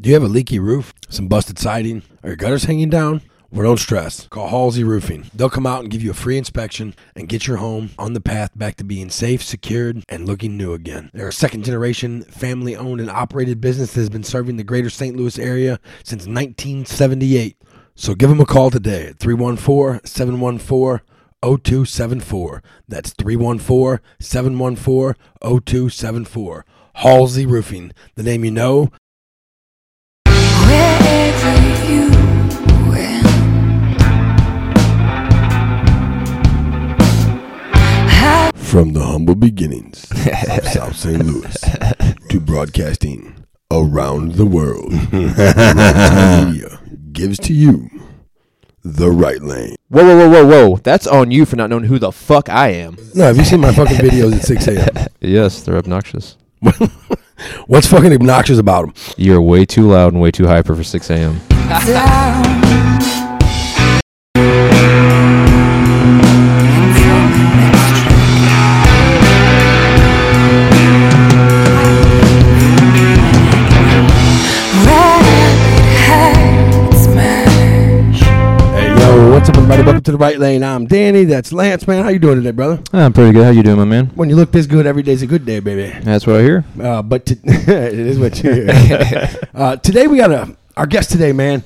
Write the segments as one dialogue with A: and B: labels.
A: Do you have a leaky roof, some busted siding, or your gutters hanging down? Well, don't stress. Call Halsey Roofing. They'll come out and give you a free inspection and get your home on the path back to being safe, secured, and looking new again. They're a second generation, family owned and operated business that has been serving the greater St. Louis area since 1978. So give them a call today at 314 714 0274. That's 314 714 0274. Halsey Roofing, the name you know,
B: Wherever you went, how
A: From the humble beginnings of South St. Louis to broadcasting around the world, Ragtime Media gives to you the right lane.
C: Whoa, whoa, whoa, whoa, whoa! That's on you for not knowing who the fuck I am.
A: No, have you seen my fucking videos at 6 a.m.?
C: Yes, they're obnoxious.
A: What's fucking obnoxious about them?
C: You're way too loud and way too hyper for 6 a.m.
B: down and come Rabbit hides smash.
A: Hey, yo, what's up, everybody? Welcome to the right lane. I'm Danny. That's Lance, man. How you doing today, brother?
C: Uh, I'm pretty good. How you doing, my man?
A: When you look this good, every day's a good day, baby.
C: That's what I hear.
A: Uh, but to, it is what you hear. uh, today we got a our guest today, man.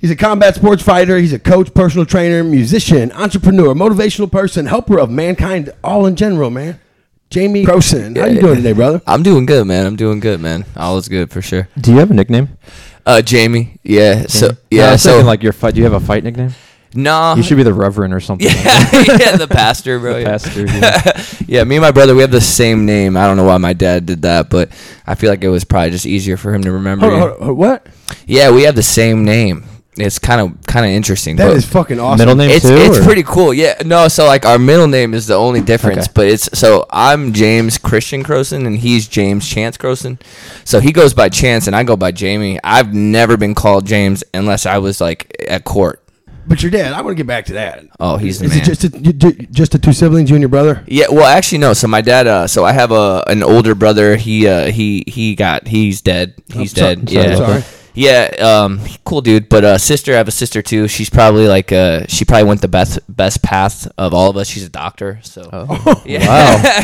A: He's a combat sports fighter. He's a coach, personal trainer, musician, entrepreneur, motivational person, helper of mankind, all in general, man. Jamie Croson, how you doing today, brother?
D: I'm doing good, man. I'm doing good, man. All is good for sure.
C: Do you have a nickname?
D: Uh, Jamie, yeah. So yeah,
C: I was
D: so
C: thinking, like your fight. Do you have a fight nickname?
D: nah.
C: You should be the Reverend or something.
D: yeah,
C: like that.
D: yeah, the pastor, bro. yeah.
C: Pastor. yeah.
D: yeah, me and my brother, we have the same name. I don't know why my dad did that, but I feel like it was probably just easier for him to remember.
A: Hold on,
D: you.
A: hold on, hold on, what?
D: Yeah, we have the same name. It's kind of kind of interesting.
A: That
D: but
A: is fucking awesome.
C: Middle name
D: it's
C: too.
D: it's
C: or-
D: pretty cool. Yeah, no. So like our middle name is the only difference,
C: Okay.
D: but it's so I'm James Christian Croson and he's James Chance Croson. So he goes by Chance and I go by Jamie. I've never been called James unless I was like at court.
A: But your dad, I want to get back to that.
D: Oh, he's the
A: Is
D: man.
A: it just the- you- ju- just the two siblings, you and your brother?
D: Yeah, well, actually, no. So my dad, uh, so I have a an older brother. He uh, he he got he's dead. He's
A: sorry-
D: dead.
A: I'm sorry
D: yeah,
A: about that.
D: yeah. Um, cool dude. But uh, sister, I have a sister too. She's probably like uh, she probably went the best best path of all of us. She's a doctor. So yeah,
C: Oh. Wow.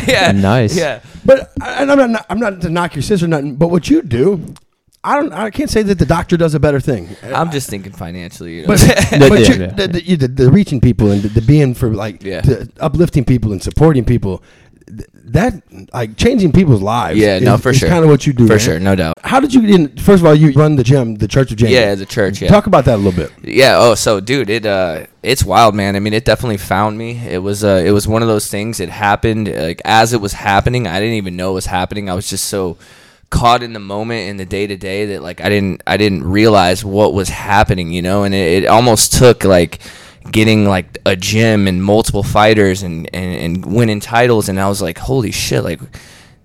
D: yeah,
C: Nice.
D: uh, yeah.
A: But I- and I'm not I'm not to knock your sister or nothing. But what you do, I don't I can't say that the doctor does a better thing.
D: I'm just thinking financially. You know?
A: But,
C: Yeah,
A: but
C: yeah,
A: you-
C: yeah.
A: the, the, you- the, the reaching people and the, the being for like
D: Yeah.
A: the uplifting people and supporting people, th- that like changing people's lives.
D: yeah, no, for sure.
A: Kind of what you do
D: for
A: man.
D: sure, no doubt.
A: How did you get in? First of all, you run the gym, the Church of James.
D: Yeah, the church. Yeah,
A: Talk about that a little bit.
D: yeah oh so dude it uh it's wild man i mean it definitely found me it was uh it was one of those things it happened like as it was happening i didn't even know it was happening i was just so caught in the moment in the day to day that like i didn't i didn't realize what was happening you know and it, it almost took like getting like a gym and multiple fighters and, and and winning titles and i was like holy shit like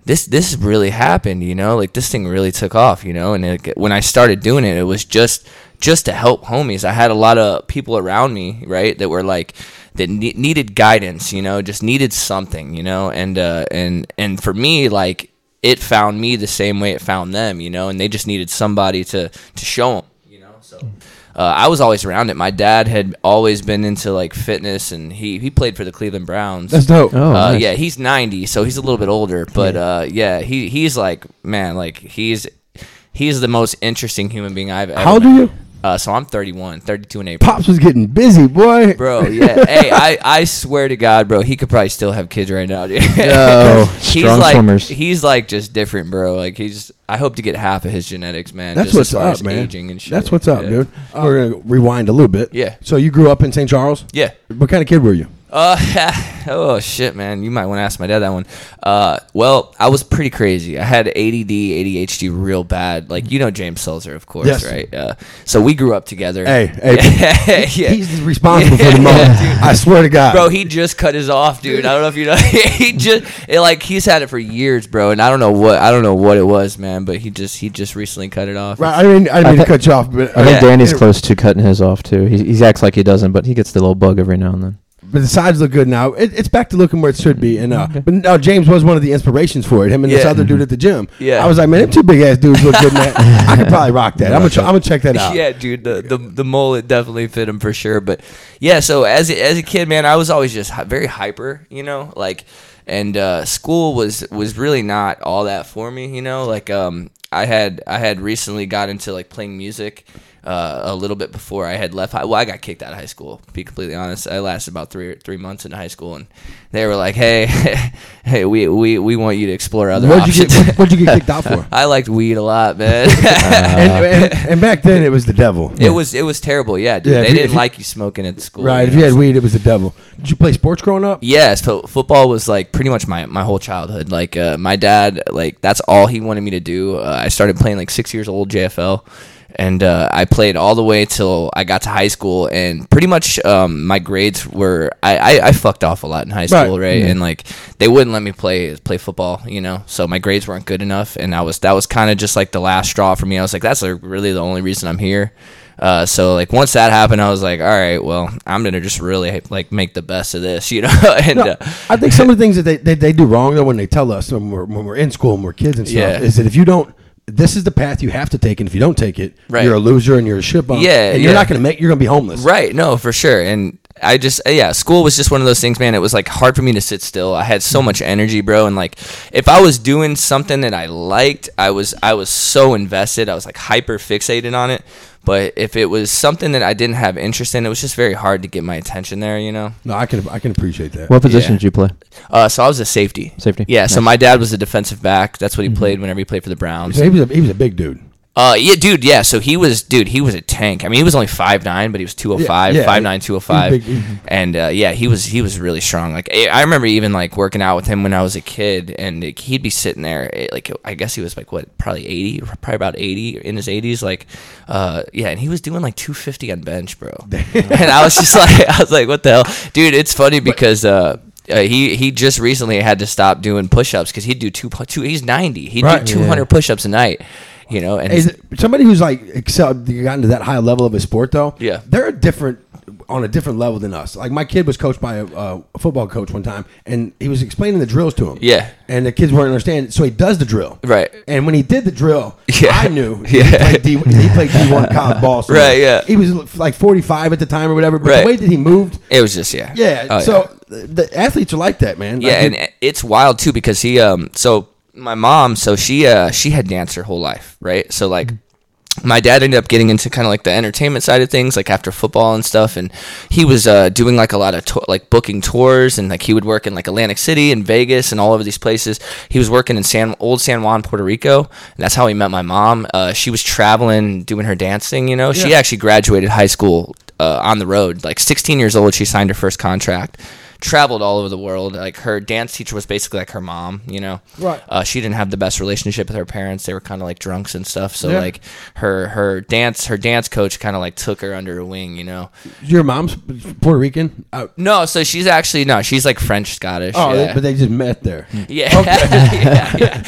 D: this this really happened, you know, like this thing really took off, you know. And it, when I started doing it, it was just just to help homies. I had a lot of people around me, right, that were like that ne- needed guidance, you know, just needed something, you know. And uh, and and for me, like it found me the same way it found them, you know. And they just needed somebody to to show them, you know. So uh, I was always around it. My dad had always been into like fitness, and he he played for the Cleveland Browns.
A: That's dope.
C: Oh,
D: Uh,
C: nice.
D: yeah, he's 90, so he's a little bit older, but uh, yeah, he he's like man, like he's he's the most interesting human being I've ever.
A: How old
D: met.
A: are you?
D: Uh, so I'm 31, 32 in April.
A: Pops was getting busy, boy.
D: Bro, yeah. hey, I, I swear to God, bro, he could probably still have kids right now, dude.
C: Yo,
D: he's
C: strong
D: like
C: swimmers.
D: he's like just different, bro. Like he's I hope to get half of his genetics, man.
A: That's
D: just
A: what's
D: as far
A: up,
D: as
A: man.
D: Aging and shit.
A: That's what's up,
D: Yeah. Uh,
A: dude. We're gonna rewind a little bit.
D: Yeah.
A: So you grew up in St. Charles.
D: Yeah.
A: What kind of kid were you?
D: Uh, oh shit, man! You might want to ask my dad that one. Uh, well, I was pretty crazy. I had ADD, ADHD, real bad. Like you know James Selzer, of course,
A: Yes.
D: right? Uh, so we grew up together.
A: Hey, hey.
D: yeah.
A: He's responsible for the moment. I swear to God,
D: Bro, he just cut his off, dude. I don't know if you know. he just it, like he's had it for years, bro, and I don't know what I don't know what it was, man. But he just he just recently cut it off.
A: Right, I mean, I didn't
C: I
A: mean to
C: thi-
A: cut you off, but
C: I think
D: Yeah.
C: Danny's close to cutting his off too. He, he acts like he doesn't, but he gets the little bug every now and then.
A: But the sides look good now. It, it's back to looking where it should be. And uh, but no, James was one of the inspirations for it. Him and this
D: Yeah.
A: other dude at the gym.
D: Yeah.
A: I was like, man, them two big ass dudes look good, man. I could probably rock that. I'm gonna, ch- I'm gonna check that out.
D: Yeah, dude, the, the the mullet definitely fit him for sure. But yeah, so as a, as a kid, man, I was always just hy- very hyper, you know, like, and uh, school was was really not all that for me, you know. Like, um, I had I had recently got into like playing music. Uh, a little bit before I had left high, well, I got kicked out of high school. To be completely honest, I lasted about three three months in high school, and they were like, "Hey, hey, we, we we want you to explore other
A: What'd you
D: options."
A: get? What, would you get kicked out for?
D: I liked weed a lot, man.
A: and, and, and back then it was the devil.
D: It was it was terrible. Yeah, dude.
A: Yeah, if
D: they
A: you- if
D: didn't
A: you-
D: like you smoking at school.
A: right. If you had weed, it was the devil. Did you play sports growing up?
D: yeah, so football was like pretty much my, my whole childhood. Like uh, my dad, like that's all he wanted me to do. Uh, I started playing like six years old JFL, and uh, I played all the way till I got to high school. And pretty much um, my grades were I, I, I fucked off a lot in high school, right? And like they wouldn't let me play play football, you know. So my grades weren't good enough, and I was that was kind of just like the last straw for me. I was like, that's like, really the only reason I'm here. Uh, so like once that happened, I was like, all right, well, I'm gonna just really like make the best of this, you know. and
A: No,
D: uh,
A: I think some of the things that they, they, they do wrong though when they tell us when we're, when we're in school and we're kids and stuff
D: Yeah.
A: is that if you don't this is the path you have to take and if you don't take it
D: Right.
A: you're a loser and you're a shit bum
D: Yeah,
A: and you're
D: yeah.
A: not gonna make you're gonna be homeless
D: right, no, for sure. And I just uh, yeah, school was just one of those things, man. It was like hard for me to sit still. I had
C: Mm-hmm.
D: so much energy, bro, and like if I was doing something that I liked, I was I was so invested. I was like hyper fixated on it. But if it was something that I didn't have interest in, it was just very hard to get my attention there, you know.
A: no I can I can appreciate that
C: What position
D: Yeah.
C: did you play?
D: Uh, so I was a safety.
C: Safety.
D: Yeah.
C: Nice.
D: So
C: Mm-hmm.
D: my dad was a defensive back. That's what he played whenever he played for the Browns.
A: so he was a, he was a big dude
D: Uh, yeah, dude, yeah. So he was, dude, he was a tank. I mean, he was only 5'9", but he was 205,
A: Yeah, yeah.
D: 5'9", 205.
A: He was big, mhm.
D: and uh, yeah, he was he was really strong. Like I I remember even like working out with him when I was a kid, and like, he'd be sitting there. eh, Like I guess he was like what, probably eighty, probably about eighty in his eighties. Like, uh, yeah, and he was doing like two fifty on bench, bro. and I was just like, I was like, what the hell, dude? It's funny because. Uh, uh, he he just recently had to stop doing push-ups because he'd do two pu- two. He's ninety. He'd
A: Right.
D: do two hundred push-ups a night. You know, and
A: is it, somebody who's like excelled gotten to that high level of a sport though
D: Yeah.
A: they're a different on a different level than us like my kid was coached by a, uh, a football coach one time and he was explaining the drills to him
D: Yeah.
A: and the kids weren't understanding so he does the drill
D: Right.
A: and when he did the drill
D: Yeah.
A: I knew yeah.
D: Yeah.
A: he played D he played D one college ball so
D: Right, yeah.
A: he was like forty five at the time or whatever but
D: Right.
A: the way that he moved
D: It was just yeah.
A: yeah
D: Oh,
A: so the athletes are like that man
D: yeah,
A: Like,
D: and it- it's wild too because he um so my mom so she uh she had danced her whole life right so like my dad ended up getting into kind of like the entertainment side of things like after football and stuff and he was uh, doing like a lot of to- like booking tours and like he would work in like atlantic city and vegas and all over these places he was working in san old san juan puerto rico and that's how he met my mom uh, she was traveling doing her dancing you know she actually graduated high school uh, on the road like 16 years old she signed her first contract traveled all over the world like her dance teacher was basically like her mom you know
A: Right.
D: uh, she didn't have the best relationship with her parents they were kind of like drunks and stuff so
A: Yeah.
D: like her her dance her dance coach kind of like took her under her wing, you know.
A: your mom's Puerto Rican Uh,
D: No, so she's actually no, she's like French Scottish.
A: oh
D: yeah. Hmm.
A: they- but they just met there
D: Yeah. yeah, yeah,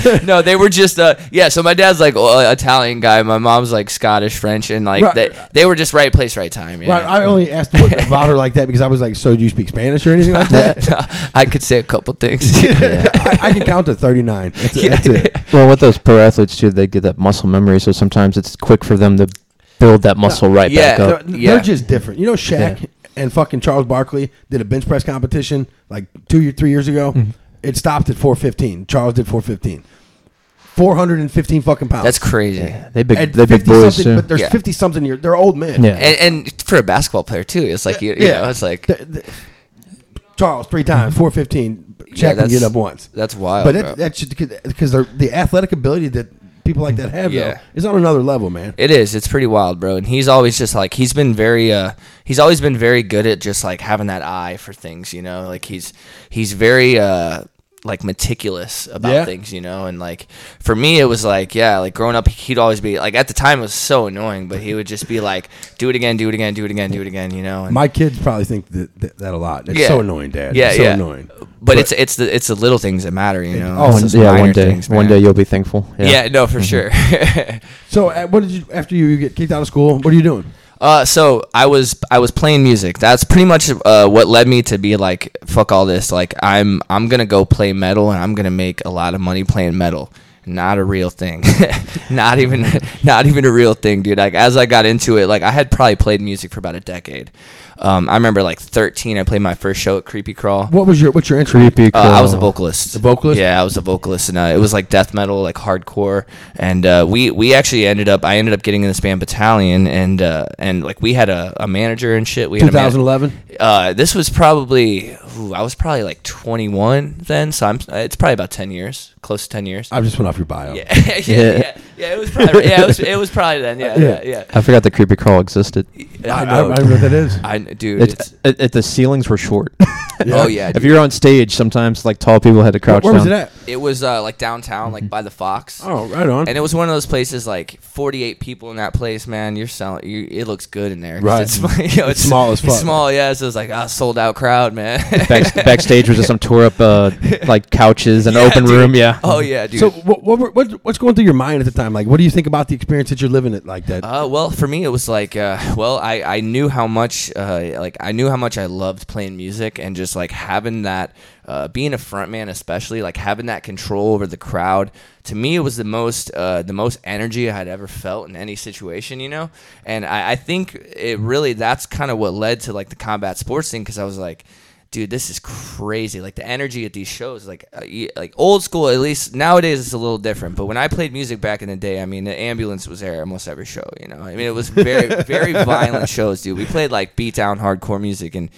D: yeah. No, they were just uh, yeah. So my dad's like uh, Italian guy, my mom's like Scottish French, and like
A: Right.
D: they they were just right place, right time. Yeah.
A: Right, I only asked what, about her like that because I was like, "So do you speak Spanish or anything like that?"
D: I could say a couple things.
A: I, I can count to thirty-nine. That's, it- that's it.
C: Well, with those pro athletes too, they get that muscle memory, so sometimes it's quick for them to build that muscle right
D: yeah.
C: back up.
A: They're,
D: Yeah.
A: they're just different. You know, Shaq
C: Yeah.
A: and fucking Charles Barkley did a bench press competition like two, year- three years ago.
D: Mm-hmm.
A: It stopped at 415. Charles did 415. 415 fucking pounds.
D: That's crazy.
C: They big,
A: And
C: they big
A: 50
C: boys
A: something,
C: too.
A: But there's
D: Yeah.
A: 50 something year. They're old men.
C: Yeah.
D: And, and for a basketball player too, it's like you, you
A: Yeah.
D: know, it's like
A: The- the- Charles three times, 415. Shaq can
D: that's-
A: get up once.
D: that's wild.
A: But
D: bro.
A: it, that's because the athletic ability that people like that have
D: Yeah.
A: though, is on another level, man.
D: It is. It's pretty wild, bro. And he's always just like he's been very uh he's always been very good at just like having that eye for things, you know? Like he's he's very uh like meticulous about
A: Yeah.
D: things, you know, and like for me it was like, yeah, like growing up he'd always be like at the time it was so annoying, but he would just be like, Do it again, do it again, do it again, do it again, you know. And
A: My kids probably think that, that, that a lot. It's
D: Yeah.
A: so annoying, Dad.
D: Yeah,
A: it's so
D: yeah.
A: annoying.
D: but it's it's the it's the little things that matter, you know.
A: Oh,
D: It's
C: One-
D: those
C: yeah, one
D: minor
C: day,
D: things,
C: one
D: man.
C: day you'll be thankful.
D: Yeah, no, for sure.
A: So, uh, what did you after you get kicked out of school? What are you doing?
D: Uh, so I was I was playing music. That's pretty much uh, what led me to be like, fuck all this. Like I'm I'm gonna go play metal and I'm gonna make a lot of money playing metal. Not a real thing. not even not even a real thing, dude. Like as I got into it, like I had probably played music for about a decade. Um, I remember like 13. I played my first show at Creepy Crawl.
A: What was your what's your entry?
C: Creepy.
D: Uh, I was a
C: girl.
D: vocalist.
A: Oh. A vocalist?
D: Yeah, I was a vocalist, and uh, it was like death metal, like hardcore. And uh, we we actually ended up. I ended up getting in this band Battalion, and uh, and like we had a, a manager and shit. We had a man-
A: 2011.
D: uh, this was probably ooh, I was probably like 21 then, so I'm. It's probably about 10 years, close to 10 years.
A: I just went off your bio.
D: yeah, yeah, yeah, yeah. It was probably yeah. It was, it was probably then. Yeah, yeah, yeah.
C: I forgot the creepy crawl existed.
A: I, know. I, I know what that is.
D: I kn- dude.
C: It,
D: it's-
C: it, it, the ceilings were short.
D: Oh yeah.
C: if you were on stage, sometimes like tall people had to crouch
A: Where
C: down.
A: was it at?
D: It was uh, like downtown, like by the Fox.
A: Oh, right on.
D: and it was one of those places like 48 people in that place man you're selling you it looks good in there 'cause
A: Right.
D: it's, you know,
A: It's small as
D: it's
A: fuck.
D: small yeah so it's like ah sold out crowd man
C: Back, backstage was just some tore up uh, like couches and
D: Yeah,
C: open
D: dude.
C: room. Yeah.
D: oh yeah dude
A: So what, what, were- what what's going through your mind at the time? Like, what do you think about the experience that you're living it like that?
D: Uh, well, for me, it was like, uh, well, I, I knew how much, uh, like, I knew how much I loved playing music and just like having that, uh, being a frontman, especially like having that control over the crowd. To me, it was the most, uh, the most energy I had ever felt in any situation, you know. And I, I think it really that's kind of what led to like the combat sports thing because I was like, dude, this is crazy. Like the energy at these shows, like uh, y- like old school. At least nowadays, it's a little different. But when I played music back in the day, I mean, the ambulance was there almost every show. You know, I mean, it was very very violent shows, dude. We played like beat down hardcore music and.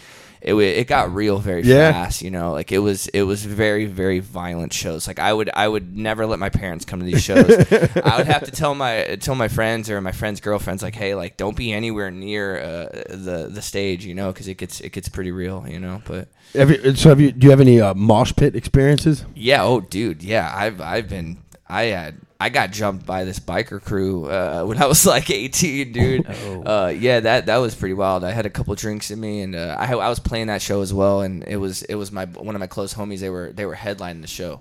D: It, wa- it got real very
A: Yeah.
D: fast, you know. Like it was it was very very violent shows. Like I would I would never let my parents come to these shows. I would have to tell my tell my friends or my friends' girlfriends like, hey, like don't be anywhere near uh, the the stage, you know, because it gets it gets pretty real, you know. But
A: Have you, so have you? Do you have any uh, mosh pit experiences?
D: yeah, oh dude, yeah. I've I've been I had I got jumped by this biker crew uh, when I was like 18, dude. Uh, yeah, that that was pretty wild. I had a couple drinks in me, and uh, I ha- I was playing that show as well, and it was it was my one of my close homies. They were they were headlining the show.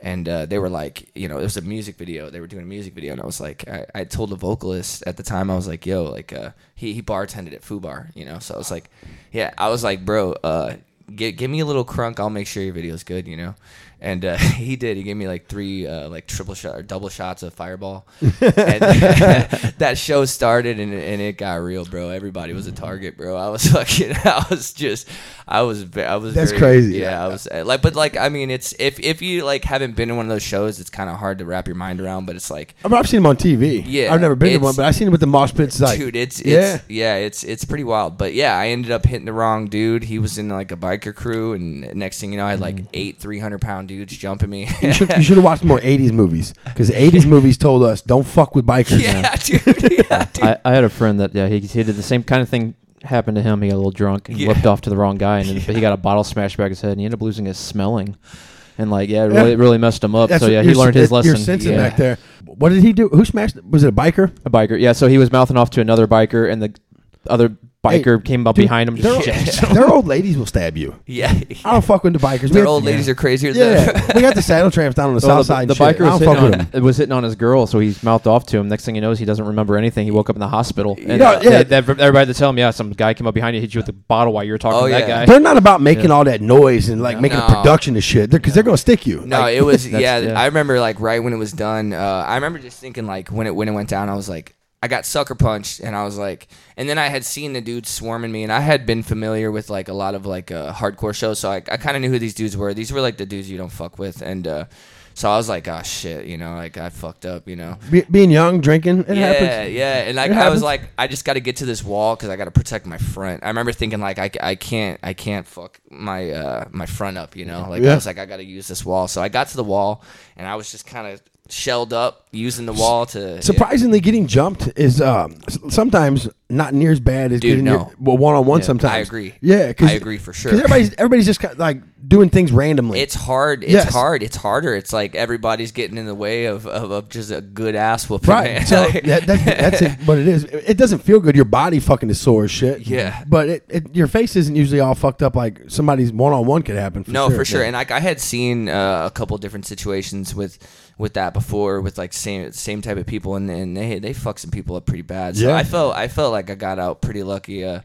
D: And uh, they were like, you know, it was a music video. They were doing a music video, and I was like, I, I told the vocalist at the time, I was like, yo, like, uh, he he bartended at Foo Bar, you know, so I was like, yeah, I was like, bro, uh, give, give me a little crunk. I'll make sure your video's good, you know? And uh, he did. He gave me like three, uh, like triple shot or double shots of Fireball. and that show started and, and it got real, bro. Everybody was a target, bro. I was fucking, I was just, I was, ve- I was.
A: That's
D: very-
A: crazy.
D: Yeah, I was uh, like, but like, I mean, it's if if you like haven't been to one of those shows, it's kind of hard to wrap your mind around. But it's like,
A: I mean, I've seen them on TV.
D: Yeah,
A: I've never been to
D: it's-
A: one, but I've seen them with the mosh pits. Like,
D: dude it's, it's
A: yeah.
D: yeah yeah it's it's pretty wild but yeah i ended up hitting the wrong dude he was in like a biker crew and next thing you know i had like eight 300 pound dudes jumping me
A: you should you should have watched more '80s movies because '80s movies told us don't fuck with bikers.
D: yeah dude yeah dude
C: I, I had a friend that yeah he, he did the same kind of thing happened to him. He got a little drunk and
D: Yeah.
C: whipped off to the wrong guy, and then, but he got a bottle smashed back his head, and he ended up losing his smelling, and like yeah, it really
A: Yeah.
C: it really messed him up.
A: That's
C: so
A: what
C: yeah, he
A: you're-
C: learned his
A: that-
C: lesson.
A: You're sensing
C: yeah.
A: back there. What did he do? Who smashed? Was it a biker?
C: A biker, yeah. So he was mouthing off to another biker, and the other biker came up
A: Dude,
C: behind him.
A: Their,
C: Just jacked him.
A: their old ladies will stab you.
D: yeah
A: I don't fuck with the bikers. We
D: their
A: have-
D: old ladies are crazier than
A: Yeah,
D: that.
A: we got the saddle tramps down on the
C: So
A: south side. and
C: the, the
A: shit.
C: biker
A: I
C: was
A: don't fuck with
C: hitting,
A: them.
C: on, it was hitting on his girl, so he mouthed off to him. Next thing he knows, he doesn't remember anything. He woke up in the hospital, and
A: Yeah,
C: uh,
A: yeah.
C: they- they- everybody had to tell him, yeah, some guy came up behind you, hit you with a bottle while you were talking
D: Oh,
C: to that
D: yeah.
C: guy.
A: They're not about making all that noise and like making a
D: No.
A: production of shit because they're gonna stick you.
D: No,
A: Like,
D: it was yeah,
C: yeah.
D: I remember like right when it was done. Uh, I remember just thinking like when it when it went down, I was like, I got sucker punched, and I was like, and then I had seen the dudes swarming me, and I had been familiar with like a lot of like uh, hardcore shows, so I, I kind of knew who these dudes were. These were like the dudes you don't fuck with, and uh, so I was like, oh shit, you know, like I fucked up, you know.
A: be- being young, drinking, it
D: yeah,
A: happens.
D: yeah, and like
A: It
D: I was
A: happens.
D: like, I just got to get to this wall because I got to protect my front. I remember thinking like, I, I can't, I can't fuck my uh my front up, you know. Like
A: Yeah.
D: I was like, I got to use this wall. So I got to the wall, and I was just kind of shelled up using the wall to.
A: Surprisingly, getting jumped is um, s- sometimes not near as bad as
D: Dude,
A: getting
D: no.
A: your- well one on one.
C: Yeah,
A: Sometimes
D: I agree.
A: Yeah,
D: I agree for sure.
A: 'cause everybody's everybody's just kind of, like doing things randomly.
D: It's hard. It's
A: Yes.
D: hard. It's harder. It's like everybody's getting in the way of, of, of just a good ass whooping.
A: right.
D: man.
A: So
D: Like-
A: that, that, that's it, what it is. It it doesn't feel good. Your body fucking is sore as shit.
D: Yeah.
A: but it, it your face isn't usually all fucked up like somebody's one on one could happen. For
D: no,
A: sure.
D: for sure. And like I had seen uh, a couple different situations with with that before with like same same type of people and, and they they fuck some people up pretty bad. So
A: Yeah.
D: I felt I felt like I got out pretty lucky. Uh,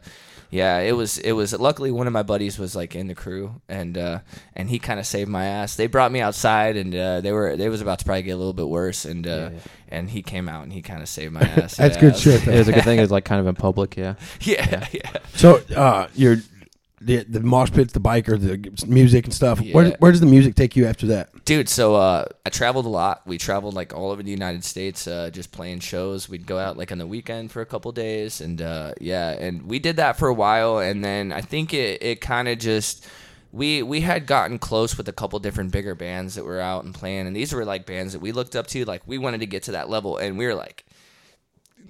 D: yeah, it was it was luckily one of my buddies was like in the crew and uh, and he kind of saved my ass. They brought me outside and uh, they were they was about to probably get a little bit worse and uh, and he came out and he kind of saved my ass.
A: That's
D: Yeah,
A: good
D: I was-
A: shit, though.
C: It was a good thing. It was like kind of in public. Yeah.
D: Yeah, yeah.
A: So uh, your the the mosh pits, the bike, or the g- music and stuff. Where
D: Yeah.
A: where does the music take you after that?
D: dude so uh, i traveled a lot we traveled like all over the united states uh, just playing shows we'd go out like on the weekend for a couple days and uh, yeah and we did that for a while and then i think it, it kind of just we we had gotten close with a couple different bigger bands that were out and playing and these were like bands that we looked up to like we wanted to get to that level and we were like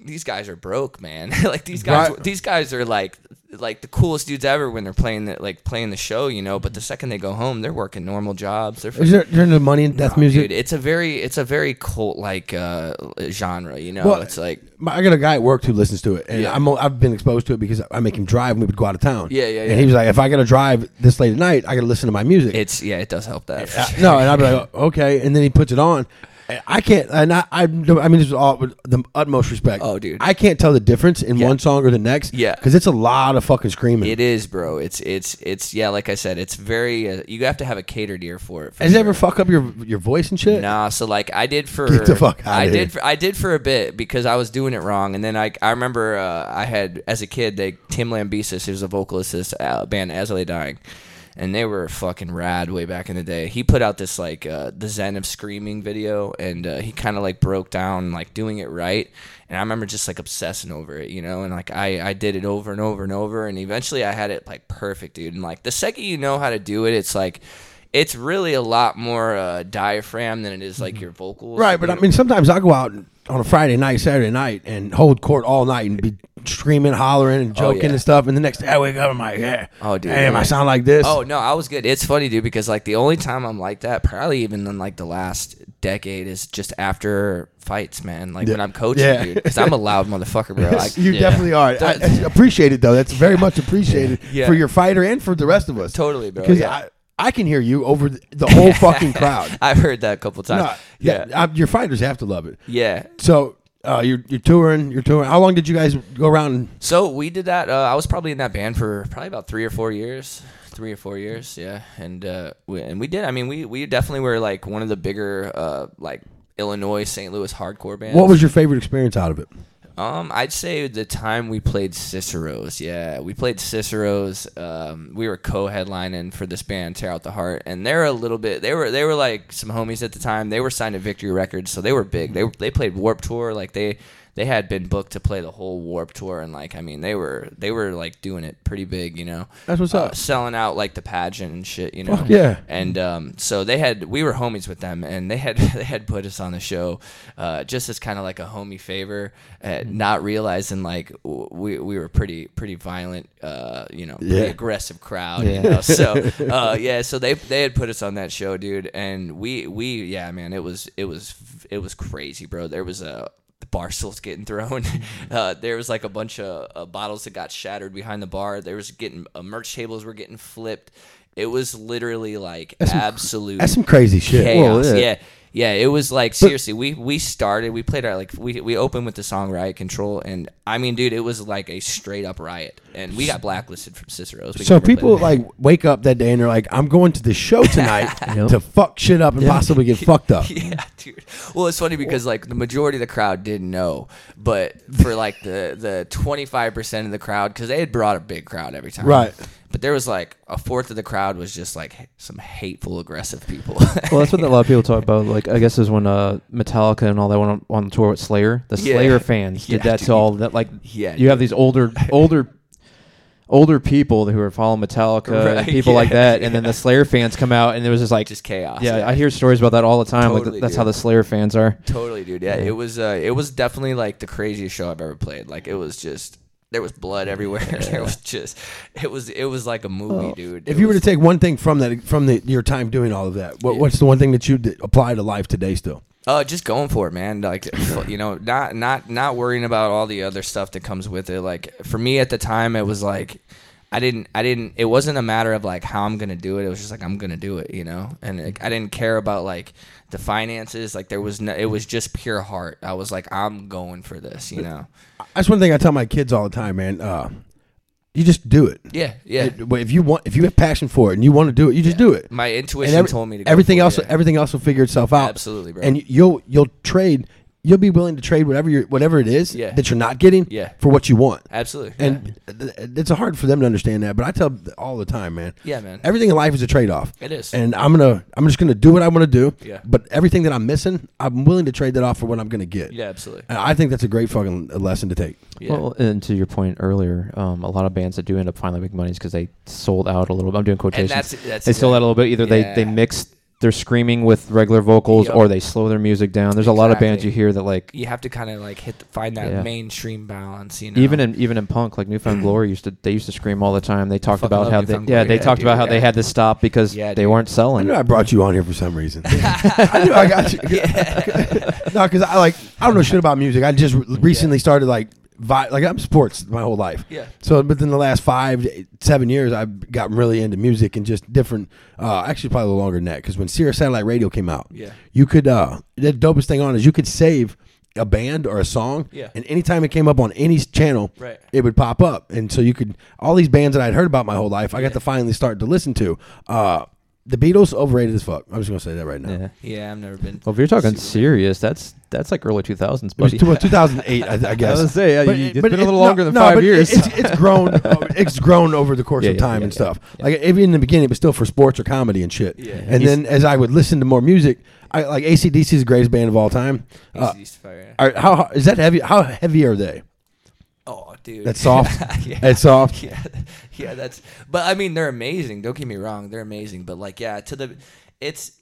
D: these guys are broke, man. like these guys,
A: Right.
D: these guys are like like the coolest dudes ever when they're playing the like playing the show, you know. But the second they go home, they're working normal jobs. They're
A: Is there, there no money in death music?
D: Dude, it's a very it's a very cult like uh, genre, you know.
A: Well,
D: it's like
A: My- I got a guy at work who listens to it, and
D: Yeah.
A: I'm, o- I've been exposed to it because I make him drive when we would go out of town.
D: Yeah, yeah, yeah.
A: And he was like, if I got to drive this late at night, I got to listen to my music.
D: it's yeah, it does help that.
A: Uh, no, and I'd be like, okay. And then he puts it on. And I can't, and I, I, I mean, this is all with the utmost respect.
D: Oh, dude.
A: I can't tell the difference in
D: Yeah.
A: one song or the next.
D: Yeah.
A: Because it's a lot of fucking screaming.
D: It is, bro. It's it's it's yeah, like I said, it's very uh, you have to have a catered ear for it. For
A: Does it
D: sure.
A: ever fuck up your your voice and shit?
D: Nah, so like I did for
A: Get the fuck outta
D: I
A: here.
D: did for, I did for a bit because I was doing it wrong, and then I I remember uh, I had as a kid they Tim Lambesis, who's a vocalist of this uh, band As They Dying, and they were fucking rad way back in the day. He put out this like uh, the Zen of Screaming video, and uh, he kind of like broke down like doing it right, and I remember just like obsessing over it, you know, and like I I did it over and over and over, and eventually I had it like perfect, dude. And like the second you know how to do it, it's like it's really a lot more uh, diaphragm than it is like your vocals.
A: Mm-hmm. Right, but I mean, sometimes I go out on a Friday night, Saturday night, and hold court all night and be screaming, hollering, and
D: Oh,
A: joking
D: yeah.
A: and stuff. And the next day I wake up, I'm like, yeah.
D: Oh, dude,
A: Damn, I
D: like-
A: sound like this.
D: Oh no, I was good. It's funny, dude, because like the only time I'm like that, probably even in like the last decade, is just after fights, man. Like when I'm coaching,
A: Yeah.
D: dude, because I'm a loud motherfucker, bro. Like,
A: you
C: Yeah.
A: definitely are. I, I appreciate it though. That's very much appreciated
D: Yeah.
A: for your fighter and for the rest of us.
D: Totally, bro,
A: Because
D: yeah.
A: I, I can hear you over the, the whole fucking crowd.
D: I've heard that a couple times.
A: No,
D: yeah,
A: yeah, I- your fighters have to love it.
D: yeah.
A: So uh, you're you're touring, you're touring. How long did you guys go around? And,
D: So we did that. Uh, I was probably in that band for probably about three or four years, three or four years, yeah. And uh, we, and we did. I mean, we we definitely were like one of the bigger uh, like Illinois, St. Louis hardcore bands.
A: what was your favorite experience out of it?
D: Um, I'd say the time we played Cicero's. Yeah, we played Cicero's. Um, we were co-headlining for this band Tear Out the Heart, and they're a little bit. They were they were like some homies at the time. They were signed to Victory Records, so they were big. They were- they played Warp Tour. Like they they had been booked to play the whole Warp Tour, and like I mean they were they were like doing it pretty big. You know,
A: That's what's
D: Uh,
A: up.
D: selling out like the pageant and shit. You know,
A: Fuck yeah.
D: and um, so they had we were homies with them, and they had they had put us on the show uh, just as kind of like a homie favor, uh, not realizing like w- we we were pretty pretty violent, uh, you know, pretty
A: Yeah.
D: aggressive crowd.
C: Yeah.
D: You know? So uh, yeah, so they they had put us on that show, dude, and we we yeah, man, it was it was it was crazy, bro. There was a the bar stools getting thrown. Uh, there was like a bunch of uh, bottles that got shattered behind the bar. There was getting uh, merch tables were getting flipped. It was literally like absolute
A: That's some crazy shit.
D: chaos.
C: Well, yeah.
D: yeah. yeah, It was like seriously. we we started. We played our like we we opened with the song Riot Control, and I mean, dude, it was like a straight up riot, and we got blacklisted from Cicero's. We
A: So if
D: never played
A: people
D: it.
A: like wake up that day and they're like, "I'm going to the show tonight
C: Yep.
A: to fuck shit up and possibly get fucked up."
D: Yeah, dude. Well, it's funny because like the majority of the crowd didn't know, but for like the the twenty five percent of the crowd, because they had brought a big crowd every time,
A: Right.
D: But there was like a fourth of the crowd was just like some hateful, aggressive people.
C: Well, that's what a lot of people talk about. Like, I guess is when uh, Metallica and all that went on, on tour with Slayer. The
D: Yeah.
C: Slayer fans did
D: Yeah,
C: that
D: dude.
C: to all that. Like,
D: Yeah,
C: you have these older, older, older people who are following Metallica and
D: Right,
C: people like
D: yeah,
C: that, and then the Slayer fans come out, and it was just like
D: just chaos.
C: Yeah, I hear stories about that all the time. like,
D: Totally,
C: that's how
D: dude.
C: the Slayer fans are.
D: Totally, dude. Yeah, it was. Uh, it was definitely like the craziest show I've ever played. Like it was just there was blood everywhere. there was just it was it was like a movie, dude.
A: Oh, If
D: It
A: you were
D: was-
A: to take one thing from that, from the, your time doing all of that, what, what's the one thing that you d- apply to life today still?
D: Uh, just going for it, man. Like, f- you know, not not not worrying about all the other stuff that comes with it. Like for me at the time, it was like I didn't I didn't it wasn't a matter of like how I'm gonna do it. It was just like I'm gonna do it, you know. And like, I didn't care about like the finances. Like there was no it was just pure heart. I was like I'm going for this, you know.
A: That's one thing I tell my kids all the time, man. Uh, you just do it.
D: Yeah, yeah.
A: It- but if you want, if you have passion for it and you want to do it, you just do it.
D: My intuition
A: And every-
D: told me to. Go
A: everything
D: for it,
A: else,
D: yeah.
A: everything else will figure itself out.
D: Absolutely, bro.
A: And y- you'll you'll trade. You'll be willing to trade whatever you whatever it is
D: Yeah.
A: that you're not getting
D: Yeah.
A: for what you want.
D: Absolutely. yeah.
A: And th- th- it's hard for them to understand that, but I tell th- all the time, man.
D: Yeah, man.
A: Everything in life is a trade off.
D: It is.
A: And I'm gonna, I'm just gonna do what I want to do.
D: Yeah.
A: But everything that I'm missing, I'm willing to trade that off for what I'm gonna get.
D: yeah, absolutely.
A: And I think that's a great fucking lesson to take.
D: Yeah.
C: Well, and to your point earlier, um, a lot of bands that do end up finally making money is because they sold out a little bit. I'm doing quotations.
D: that's- that's
C: they sold
D: exact-
C: out a little bit. Either they, they
D: yeah.
C: mixed their screaming with regular vocals
D: Yup.
C: or they slow their music down. There's a lot of bands
D: Exactly.
C: you hear that like
D: you have to kind of like hit the, find that
C: Yeah.
D: mainstream balance, you know.
C: even in even in punk like Newfound Glory used to they used to scream all the time. They talked
D: Fucking
C: about
D: love
C: how they
D: Newfound
C: yeah
D: Glory,
C: they
D: yeah,
C: talked
D: dude,
C: about how they
D: yeah.
C: had to stop because
D: Yeah,
C: they
D: dude.
C: weren't
A: I
C: selling.
A: knew I brought you on here for some reason. I knew I got you. no, because I like I don't know shit about music. I just re- recently started like vi- like I'm sports my whole life.
D: Yeah.
A: So within the last five to eight- seven years, I've gotten really into music and just different. Uh, actually, probably a little longer than that because when Sirius Satellite Radio came out,
D: Yeah.
A: you could uh, the dopest thing on is you could save a band or a song,
D: Yeah.
A: and anytime it came up on any s- channel,
D: Right.
A: it would pop up. And so you could all these bands that I'd heard about my whole life, I got to finally start to listen to. Uh the Beatles overrated as fuck. I'm just gonna say that right now.
C: Yeah.
D: yeah, I've never been.
C: Well, if you're talking serious, that's that's like early 2000s,
A: It was
C: buddy.
A: two- 2008, I, I guess.
C: gonna say, yeah, you- it's been a little longer than five
A: but it-
C: years.
A: It's, it's grown. uh, it's grown over the course
C: Yeah,
A: of
C: yeah,
A: time
C: yeah,
A: and
C: yeah,
A: stuff. Like even in the beginning, it was still for sports or comedy and shit.
D: Yeah.
A: And then as I would listen to more music, I like ACDC is the greatest band of all time. Uh,
D: AC/DC fire.
A: are, how is that heavy? How heavy are they?
D: oh, dude,
A: That's soft.
D: yeah.
A: That's soft.
D: yeah, yeah, that's. But I mean, they're amazing. Don't get me wrong, they're amazing. But like, yeah, to the, it's.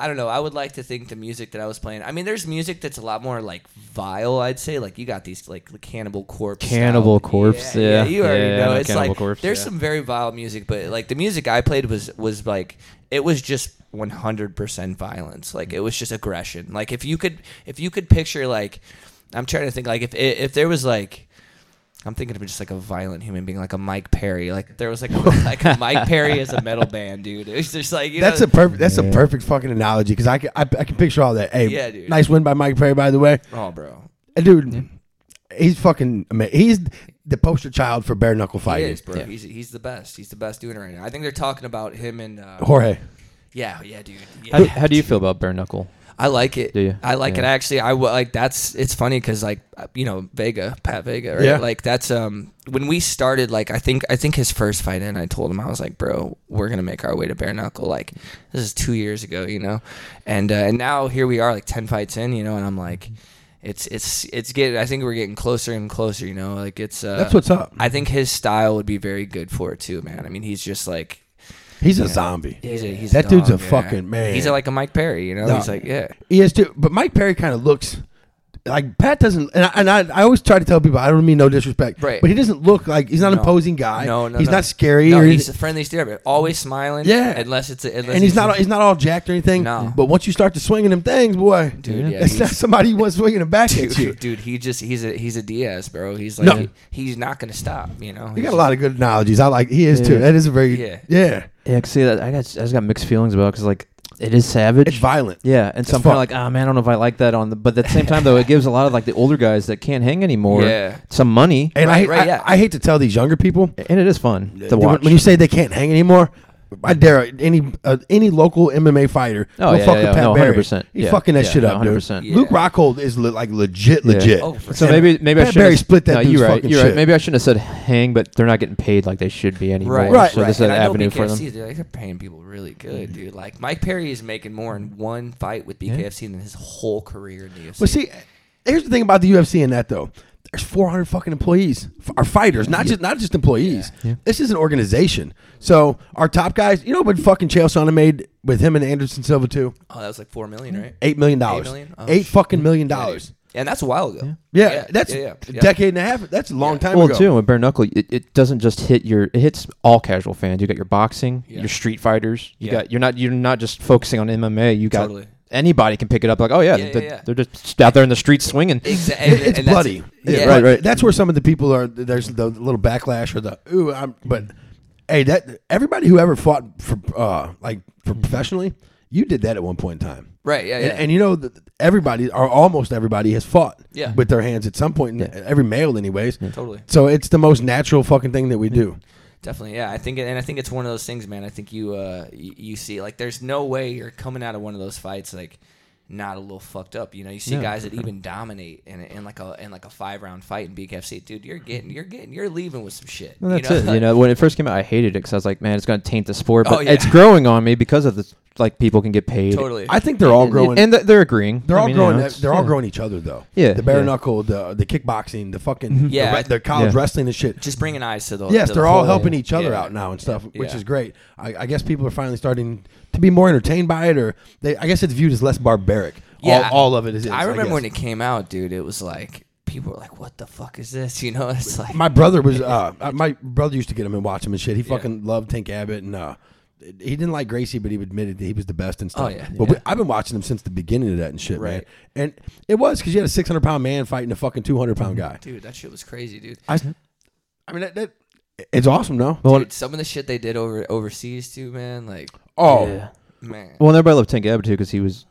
D: I don't know. I would like to think the music that I was playing. I mean, there's music that's a lot more like vile. I'd say like you got these like Cannibal Corpse. style-
C: Cannibal Corpse, yeah.
D: you already
C: Yeah, I
D: know.
C: know
D: It's
C: Cannibal
D: like
C: Corpse,
D: there's
C: yeah.
D: some very vile music, but like the music I played was was like it was just 100% violence. Like it was just aggression. Like if you could if you could picture like I'm trying to think like if if there was like I'm thinking of just like a violent human being, like a Mike Perry. Like there was like a, like a Mike Perry as a metal band, dude. It was just like you
A: That's
D: know,
A: a perfect. That's a perfect fucking analogy because I can, I, I can picture all that. Hey,
D: Yeah, dude.
A: nice win by Mike Perry, by the way.
D: oh, bro.
A: And dude, he's fucking. ama- He's the poster child for bare knuckle
D: He
A: fighting.
D: is, bro. He's, he's the best. He's the best doing it right now. I think they're talking about him and uh,
A: Jorge.
D: yeah, yeah, dude.
C: how,
D: Yeah.
C: how do you feel about bare knuckle?
D: I like it.
C: Do you?
D: I like it
C: Yeah.
D: actually. I wa- like that's it's funny because like uh, you know Vega, Pat Vega, right?
A: Yeah.
D: Like that's um when we started. Like I think I think his first fight in, I told him I was like, bro, we're gonna make our way to bare knuckle. Like this is two years ago, you know, and uh, and now here we are, like ten fights in, you know, and I'm like. It's it's it's getting. I think we're getting closer and closer. You know, like it's. Uh,
A: That's what's up.
D: I think his style would be very good for it too, man. I mean, he's just like
A: He's a zombie.
D: he's a he's
A: That
D: a
A: dude's a
D: dog, yeah.
A: fucking man.
D: He's like a Mike Perry, you know.
A: No.
D: He's like yeah.
A: He is too. But Mike Perry kind of looks like Pat doesn't. And I, and I, I always try to tell people I don't mean no disrespect,
D: Right.
A: But he doesn't look like he's not an
D: No.
A: imposing guy.
D: No, no,
A: he's
D: no.
A: not scary.
D: No,
A: or
D: he's a
A: anything.
D: friendly steer, but always smiling.
A: Yeah.
D: unless it's a, unless
A: and he's
D: it's
A: not.
D: a-
A: He's not all jacked or anything.
D: No.
A: But once you start to swinging them things, boy,
D: Dude, yeah,
A: it's
D: he's-
A: not somebody you want swinging them back at you.
D: dude, dude. He just he's a he's a Diaz, bro. He's like
A: No.
D: he- he's not gonna stop. You know,
A: You got a lot of good analogies. I like. He is too.
C: Yeah.
A: That is a very.
D: Yeah.
A: yeah.
C: Yeah, 'cause see, that I got I just got mixed feelings about because like it is savage.
A: It's violent.
C: Yeah, and so I'm
A: fuck.
C: kind of like, ah, man, I don't know if I like that on the. But at the same time, though, it gives a lot of like the older guys that can't hang anymore
D: Yeah.
C: some money,
A: And I,
D: Right, right,
A: I,
D: yeah.
A: I hate to tell these younger people
C: and it is fun to
A: when-
C: watch.
A: when you say they can't hang anymore. I dare any uh, any local MMA fighter.
C: Oh,
A: go
C: yeah,
A: fuck
C: yeah,
A: with
C: yeah.
A: Pat
C: No,
A: Barry.
C: 100%.
A: He's
C: Yeah,
A: fucking that
C: yeah,
A: shit
C: no,
A: up,
C: 100%.
A: dude.
D: Yeah.
A: Luke Rockhold is le- like legit,
C: Yeah.
A: legit.
D: Oh, for
C: so
D: sure.
C: maybe maybe I
A: Pat
C: should
A: Barry split that dude's
C: you're right.
A: fucking
C: You're
A: shit.
C: right. Maybe I shouldn't have said hang, but they're not getting paid like they should be anymore.
D: Right,
A: Right,
C: So this is
D: And
C: an
D: I know
C: avenue for
D: BKFC,
C: them.
D: Dude, like, they're paying people really good, dude. Like Mike Perry is making more in one fight with BKFC than his whole career in the UFC.
A: But see, here's the thing about the UFC and that though. There's 400 fucking employees, f- our fighters, not just not just employees. This is an organization. So our top guys, you know what fucking Chael Sonnen made with him and Anderson Silva too?
D: oh, that was like four million, right?
A: Eight million dollars.
D: Eight million? Oh,
A: Eight
D: sh-
A: fucking million dollars.
D: and that's a while ago.
A: Yeah, that's
D: yeah,
A: a
D: yeah.
A: decade and a half. That's a long time
C: Well,
A: ago.
C: too, with bare knuckle, it, it doesn't just hit your. It hits all casual fans. You got your boxing,
D: Yeah.
C: your street fighters. You
D: Yeah.
C: got you're not you're not just focusing on MMA. You got
D: Totally.
C: anybody can pick it up. Like, oh yeah,
D: Yeah,
C: they're,
D: yeah, yeah.
C: they're just out there in the streets swinging.
D: Exactly.
A: it's bloody.
D: Yeah,
C: right, right.
A: That's where some of the people are. There's the little backlash or the ooh. I'm, but hey, that everybody who ever fought for uh like for professionally, you did that at one point in time.
D: Mm-hmm. Right, yeah,
A: And,
D: yeah.
A: and you know, that everybody or almost everybody has fought.
D: Yeah.
A: With their hands at some point. in- Every male, anyways.
D: Totally.
A: So it's the most natural fucking thing that we do.
D: Definitely, yeah. I think, and I think it's one of those things, man. I think you, uh, you, you see, like, there's no way you're coming out of one of those fights like not a little fucked up. You know, you see guys that even dominate in, in like a in like a five round fight in BKFC, dude. You're getting, you're getting, you're leaving with some shit.
C: And that's it. You know, when it first came out, I hated it because I was like, man, it's going to taint the sport. But
D: Oh, yeah.
C: it's growing on me because of the like people can get paid.
D: totally.
A: I think they're all growing.
C: and th- they're agreeing.
A: They're
C: I
A: all
C: mean, you
A: growing.
C: know, it's-
A: they're all
C: yeah.
A: growing each other though.
C: Yeah,
A: The bare
C: yeah.
A: knuckle, the the kickboxing, the fucking
D: Mm-hmm. Yeah,
A: the, re-
D: I-
A: the college
C: Yeah.
A: wrestling and shit.
D: just bringing eyes to the.
A: yes,
D: to the
A: they're all
D: whole-
A: helping each other
D: Yeah.
A: out now and stuff, which
D: Yeah.
A: is great. I, I guess people are finally starting to be more entertained by it, or they, I guess it's viewed as less barbaric. all, all of it is.
D: I
A: is,
D: remember
A: guess.
D: when it came out, dude. It was like people were like, "What the fuck is this?" You know, it's like
A: my brother was. Uh, uh, my brother used to get him and watch him and shit. He fucking loved Tank Abbott and. Uh, he didn't like Gracie, but he admitted that he was the best and stuff.
D: Oh, yeah.
A: But We, I've been watching him since the beginning of that and shit,
D: Right.
A: man. And it was because you had a 600 pound man fighting a fucking 200 pound guy.
D: dude, that shit was crazy, dude.
A: I, I mean, that, that it's awesome, no?
C: Well,
D: Dude, some of the shit they did over overseas too, man. Like,
A: Oh,
C: yeah.
D: man.
C: well, and everybody loved Tank Abbott too because he was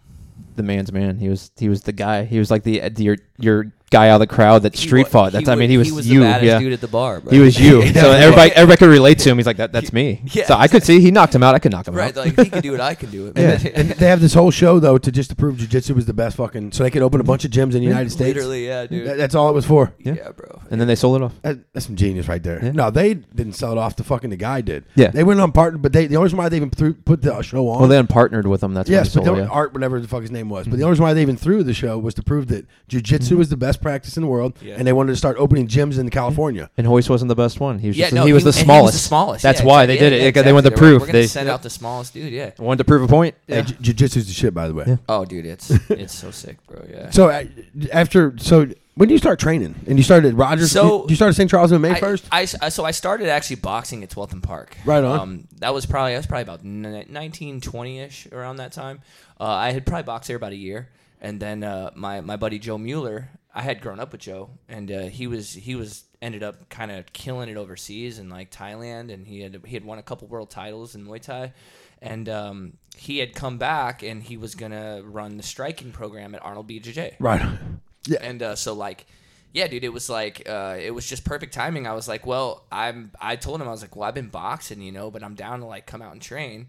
C: the man's man. He was he was the guy. He was like the, the your your guy out of the crowd that
D: He
C: street
D: wa-
C: fought. That's
D: wa-
C: I mean he was,
D: was
C: you.
D: the baddest
C: yeah.
D: dude at the bar. Bro.
C: He was you.
A: Yeah.
C: So everybody everybody could relate to him. He's like that. That's me.
D: Yeah.
C: So I could see he knocked him out. I could knock him
D: right.
C: out.
D: Like he can do it, I can do
A: And,
D: it. Man.
A: th- and they have this whole show though to just to prove jujitsu was the best fucking. So they could open a bunch of gyms in the United States.
D: Literally, yeah, dude.
A: That- that's all it was for.
D: yeah.
C: Yeah.
D: bro.
C: and then they sold it off.
A: That- that's some genius right there.
C: Yeah.
A: No, they didn't sell it off. The fucking the guy did.
C: Yeah.
A: they went on partner, but they the only reason why they even threw, put the show on.
C: Well, then partnered with him. That's
A: yes, but
C: why they
A: they
C: sold
A: were-
C: it. Yeah.
A: Art, whatever the fuck his name was. But the only reason why they even threw the show was to prove that jujitsu was the best practice in the world,
D: Yeah.
A: and they wanted to start opening gyms in California.
C: And Hoist wasn't the best one. He was
D: Yeah,
C: just,
D: no,
C: he was the
D: and
C: smallest.
D: He was the smallest.
C: That's
D: yeah,
C: why
D: exactly.
C: they did
D: Yeah,
C: it.
D: yeah,
C: They- They wanted to
D: exactly. We're-
C: prove.
D: We're gonna
C: they
D: send out the smallest dude. Yeah.
C: wanted to prove a point.
A: Hey, ju- jujitsu's the shit, by the way.
C: Yeah.
D: Oh, dude, it's it's so sick, bro. Yeah.
A: So uh, after so. When did you start training? And you started at Rogers.
D: So-
A: you, you started St. Charles MMA
D: I-
A: first.
D: I, s- I- so I started actually boxing at 12th and Park.
A: Right on.
D: Um, that was probably that was probably about ni- 19, 20 ish around that time. Uh, I had probably boxed there about a year, and then uh, my my buddy Joe Mueller. I had grown up with Joe, and uh, he was he was ended up kind of killing it overseas in like Thailand, and he had he had won a couple world titles in Muay Thai, and um, he had come back and he was gonna run the striking program at Arnold BJJ.
A: Right. Yeah.
D: And uh, so like, yeah, dude, it was like uh, it was just perfect timing. I was like, well, I'm. I told him I was like, well, I've been boxing, you know, but I'm down to like come out and train.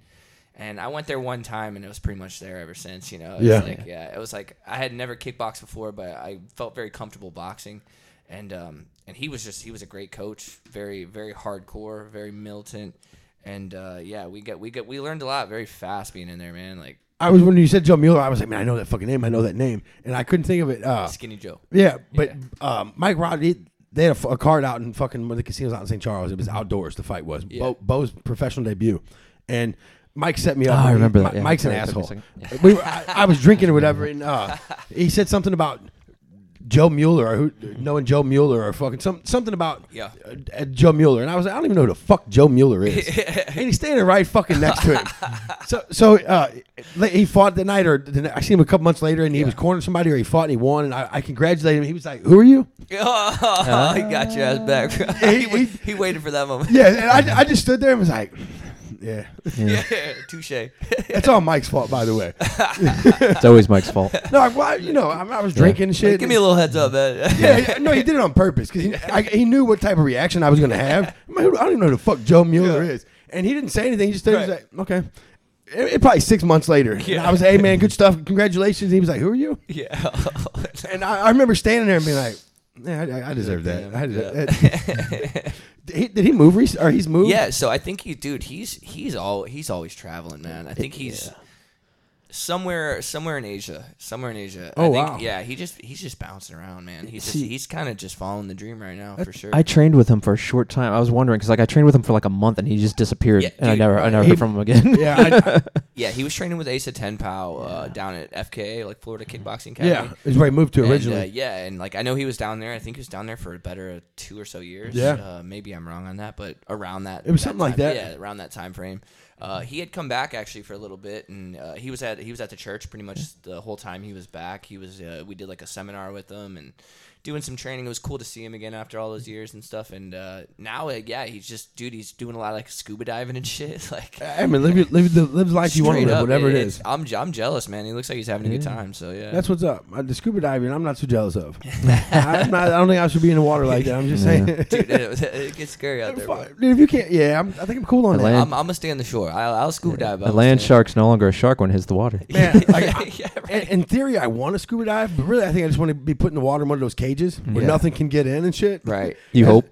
D: And I went there one time, and it was pretty much there ever since, you know. It
A: Yeah.
D: Was like, yeah, it was like I had never kickboxed before, but I felt very comfortable boxing, and um, and he was just he was a great coach, very very hardcore, very militant, and uh, yeah, we get we get we learned a lot very fast being in there, man. Like
A: I was when you said Joe Mueller, I was like, man, I know that fucking name. I know that name, and I couldn't think of it. Uh,
D: Skinny Joe.
A: yeah, but Um, Mike Rodney, they had a, f- a card out in fucking one of the casinos out in St. Charles. It was outdoors. The fight was Bo, Bo's professional debut, and Mike set me up.
C: Oh, I remember that,
A: Mi-
C: yeah.
A: Mike's an
C: Sorry, it took me a
A: asshole.
C: second.
A: we were, I, I was drinking or whatever, and uh, he said something about. Joe Mueller, or who, knowing Joe Mueller, or fucking some, something about
D: Yeah.
A: uh, uh, Joe Mueller, and I was like, I don't even know who the fuck Joe Mueller is, and he's standing right fucking next to him. so, so uh, like, he fought the night, or the, ni- I seen him a couple months later, and he was cornering somebody, or he fought and he won, and I, I congratulated him. He was like, "Who are you?"
D: Oh, he got your ass back. he,
A: Ah. he-
D: he waited for that moment.
A: Yeah, and I, I just stood there and was like, "Yeah."
D: Yeah, touche.
A: That's all Mike's fault, by the way.
C: It's always Mike's fault.
A: No, I, well, you know, I, I was drinking and shit.
D: Give me a little heads up, man.
A: Yeah, yeah, no, he did it on purpose because he, I- he knew what type of reaction I was going to have. I'm like, I don't even know who the fuck Joe Mueller is, and he didn't say anything. He just
D: Right.
A: said, like, "Okay." It, it probably six months later, and I was, "Hey man, good stuff, congratulations." He was like, "Who are you?"
D: yeah.
A: And I, I remember standing there and being like, "Yeah, I, I deserve that." I deserve that." did, he, did he move? Rec- or he's moved?
D: yeah, so I think he dude, he's he's all he's always traveling, man. I think he's somewhere somewhere in Asia. Somewhere in Asia. I
A: Oh,
D: think,
A: wow.
D: Yeah, he just he's just bouncing around, man. He's just,
C: See-
D: he's kind of just following the dream right now for sure.
C: I trained with him for a short time. I was wondering because like I trained with him for like a month and he just disappeared
D: Yeah,
C: and I
D: dude,
C: never I
D: right.
C: never
A: He-
C: heard from him again.
A: yeah, I,
D: yeah, he was training with Asa Tenpow uh, down at FKA, like Florida Kickboxing Academy.
A: Mm-hmm. yeah. Is where he moved to
D: And, uh,
A: originally.
D: yeah, and like I know he was down there. I think he was down there for a better two or so years.
A: Yeah.
D: uh, maybe I'm wrong on that, but around that
A: It was
D: that
A: something like
D: time-
A: that.
D: Yeah, around that time frame. Uh, he had come back actually for a little bit, and uh, he was at he was at the church pretty much the whole time he was back. He was uh, we did like a seminar with him and doing some training. It was cool to see him again after all those years and stuff. And uh, now, uh, yeah, he's just dude. He's doing a lot of like scuba diving and shit. Like
A: I mean, live your, live the live the life you want to
D: uh, straight
A: live,
D: up,
A: whatever it
D: it's-
A: is.
D: I'm I'm jealous, man. He looks like he's having a good time. So yeah,
A: That's what's up. Uh, The scuba diving, I'm not so jealous of. I'm not, I don't think I should be in the water like that. I'm just saying.
D: dude. It, it gets scary out there. bro.
A: Fuck, Dude, if you can't, yeah, I'm, I think I'm cool on
C: Atlantic-
A: that.
D: I'm, I'm gonna stay on the shore. I'll, I'll scuba dive.
C: A land shark's no longer a shark when it hits the water.
A: Man, like, I-
D: yeah, right.
A: in, in theory, I want to scuba dive, but really, I think I just want to be put in the water in one of those cages where
D: Yeah.
A: nothing can get in and shit.
D: Right.
C: You hope.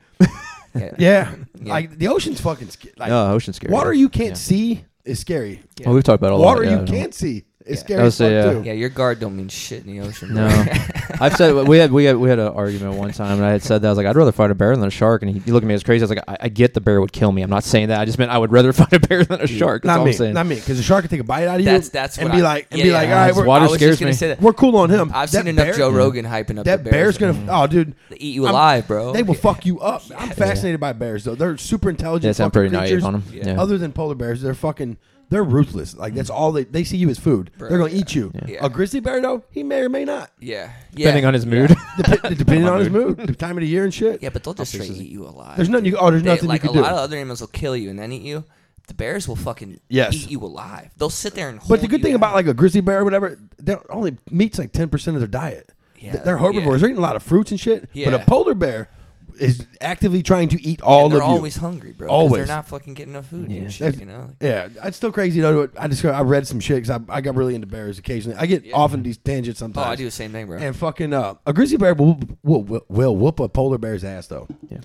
D: Yeah.
A: Yeah,
D: Yeah.
A: like the ocean's fucking sc- like
C: No, ocean's Oh, scary.
A: water you can't
C: Yeah.
A: see is scary.
C: Well, we've talked about all
A: water
C: that.
A: you
C: yeah, I don't-
A: can't see is
D: Yeah.
A: scary
C: I would
A: as fuck
C: say, yeah.
A: too.
D: Yeah, your guard don't mean shit in the ocean.
C: No,
D: bro.
C: I've said we had we had we had an argument one time, and I had said that I was like, I'd rather fight a bear than a shark, and he, he looked at me as crazy. I was like, I, I get the bear would kill me. I'm not saying that. I just meant I would rather fight a bear than a shark. That's
A: Not
C: all
A: me,
C: I'm saying.
A: not me, because the shark can take a bite out of you.
D: That's that's
A: and
D: what
A: be
D: I-
A: like and
D: yeah,
A: be
D: yeah,
A: like,
D: yeah.
A: all right,
C: It's
A: we're,
C: water
D: I was just
C: scares
D: gonna
C: me.
D: say that.
A: we're cool on him.
D: I've
A: That
D: seen enough
A: bear-
D: Joe Rogan hyping up
A: That
D: the
A: bear's
D: bears
A: gonna oh dude,
D: They eat you alive, bro.
A: they will
D: Yeah.
A: fuck you up. I'm fascinated by bears though. They're super
C: Yeah,
A: intelligent.
C: so I'm
A: fucking
C: pretty naive
A: creatures.
C: on 'em. Yeah.
A: Other than polar bears, they're fucking they're ruthless. Like that's all they they see you as food.
D: Bro,
A: they're gonna
D: yeah.
A: eat you.
D: Yeah.
A: A grizzly bear though, he may or may not.
D: Yeah. yeah.
C: Depending on his mood.
A: Dep- depending on his mood, the time of the year and shit.
D: Yeah, but they'll just
C: I'll
D: straight
C: fix this.
D: eat you alive.
A: There's nothing you oh there's
D: They-
A: nothing
D: like
A: you
D: a
A: can
D: lot
A: do.
D: of other animals will kill you and then eat you. The bears will fucking
A: Yes.
D: eat you alive. They'll sit there and.
A: But the
D: hold
A: good
D: you
A: thing
D: down.
A: about like a grizzly bear or whatever, they only meat's like ten percent of their diet.
D: Yeah,
A: Th- they're herbivores.
D: yeah.
A: They're eating a lot of fruits and shit. But
D: Yeah.
A: a polar bear is actively trying to eat all
D: And they're
A: of you.
D: always hungry, bro. 'cause
A: Always.
D: They're not fucking getting enough food
C: Yeah.
D: and shit.
A: That's-
D: You know.
A: Yeah, it's still crazy though. I just I read some shit because I, I got really into bears occasionally. I get off in these tangents
D: Oh,
A: sometimes.
D: I do the same thing, bro.
A: And fucking uh, a grizzly bear will, will, will, will whoop a polar bear's ass though.
C: Yeah.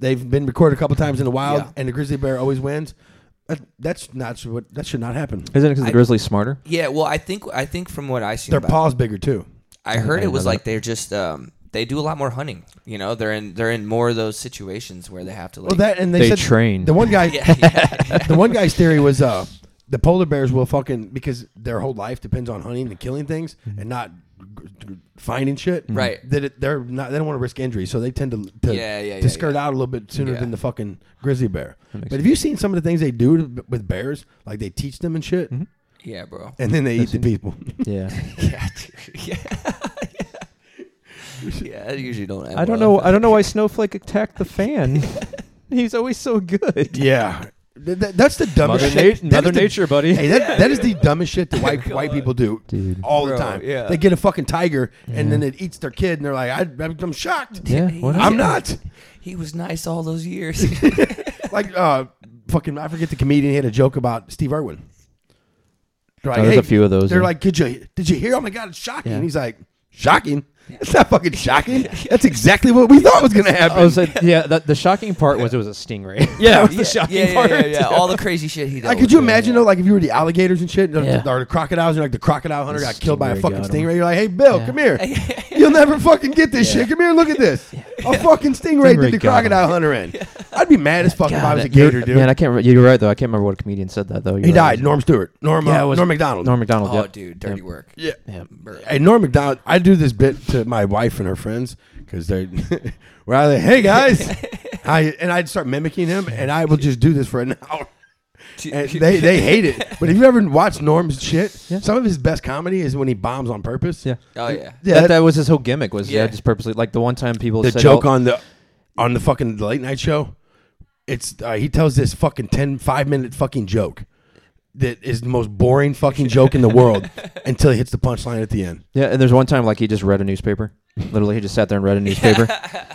A: They've been recorded a couple times in the wild,
D: Yeah.
A: and the grizzly bear always wins. That, that's not what that should not happen.
C: Isn't it because
D: I-
C: the grizzly's smarter?
D: yeah. Well, I think I think from what I see,
A: Their paws bigger too.
D: I heard
C: I
D: it was
C: know that.
D: like they're just um, they do a lot more hunting. You know, they're in they're in more of those situations where they have to like.
A: Well, that and they,
C: They
A: said
C: train.
A: The one guy,
D: yeah, yeah,
A: the one guy's theory was uh, the polar bears will fucking because their whole life depends on hunting and killing things
C: Mm-hmm.
A: and not g- g- finding shit.
D: Right.
A: That it, they're not. They don't want to risk injury, so they tend to to,
D: Yeah, yeah,
A: to
D: yeah,
A: skirt out a little bit sooner
D: Yeah.
A: than the fucking grizzly bear. But have you seen some of the things they do to, with bears? Like they teach them and shit,
C: Mm-hmm.
D: yeah, bro.
A: and then they eat the people.
C: Yeah.
D: Yeah, dude. yeah. yeah, I usually don't. Have
C: I don't
D: well.
C: know. I don't know why Snowflake attacked the fan. He's always so good.
A: yeah. Th- th- that's the dumbest
C: Mother,
A: shit.
C: na-
A: that
C: Mother
A: is the-
C: Nature, buddy.
A: Hey, that, that is the dumbest shit that white white people do
C: Dude.
A: all the
D: Bro,
A: time.
D: yeah.
A: They get a fucking tiger and then it eats their kid, and they're like, I, I'm shocked.
C: Yeah, what
A: I'm
C: is-
A: not
D: He was nice all those years.
A: like uh, fucking. I forget the comedian he had a joke about Steve Irwin. They're like,
C: Oh, there's a few of those,
A: They're
C: yeah.
A: like, did you did you hear? Oh my god, it's shocking.
C: Yeah.
A: He's like, shocking. It's not fucking shocking. That's exactly what we thought was gonna happen.
C: I was like, yeah. The, the shocking part was it was a stingray.
A: Yeah.
C: that was
D: yeah,
C: the shocking
D: yeah, yeah,
C: part.
D: yeah, yeah. All the crazy shit he did.
A: Like, could you imagine though, like if you were the alligators and shit, or,
C: Yeah.
A: or the crocodiles, and like the crocodile hunter got killed by a
C: stingray
A: fucking
C: got him.
A: stingray? You're like, hey Bill,
C: Yeah.
A: come here. You'll never fucking get this shit. Come here, and look at this. A fucking stingray,
C: Stingray
A: did the
C: got him.
A: crocodile hunter in. I'd be mad as fuck if I was a
C: that-
A: gator,
C: you're-
A: dude.
C: Man, I can't. Re- you're right though. I can't remember what comedian said that though. You're
A: he
C: right.
A: died. Norm Stewart. Norm.
C: Yeah,
A: uh,
C: it was-
A: Norm McDonald.
C: Norm McDonald.
D: Oh,
C: yep.
D: dude, dirty
C: Yep.
D: work.
A: Yeah.
C: Yep.
D: Bro.
A: Hey, Norm McDonald. I do this bit to my wife and her friends because they, where I like, hey guys, I and I'd start mimicking him, and I will just do this for an hour. And they they hate it. But if you ever watched Norm's shit,
C: Yeah.
A: some of his best comedy is when he bombs on purpose.
C: Yeah.
D: Oh yeah.
A: yeah.
C: that, that was his whole gimmick was yeah.
D: Yeah.
C: just purposely like the one time people
A: the
C: said,
A: joke
C: oh,
A: on the on the fucking late night show. It's uh, he tells this fucking 10 5 minute fucking joke that is the most boring fucking joke in the world until he hits the punchline at the end.
C: yeah and there's one time like he just read a newspaper literally he just sat there and read a newspaper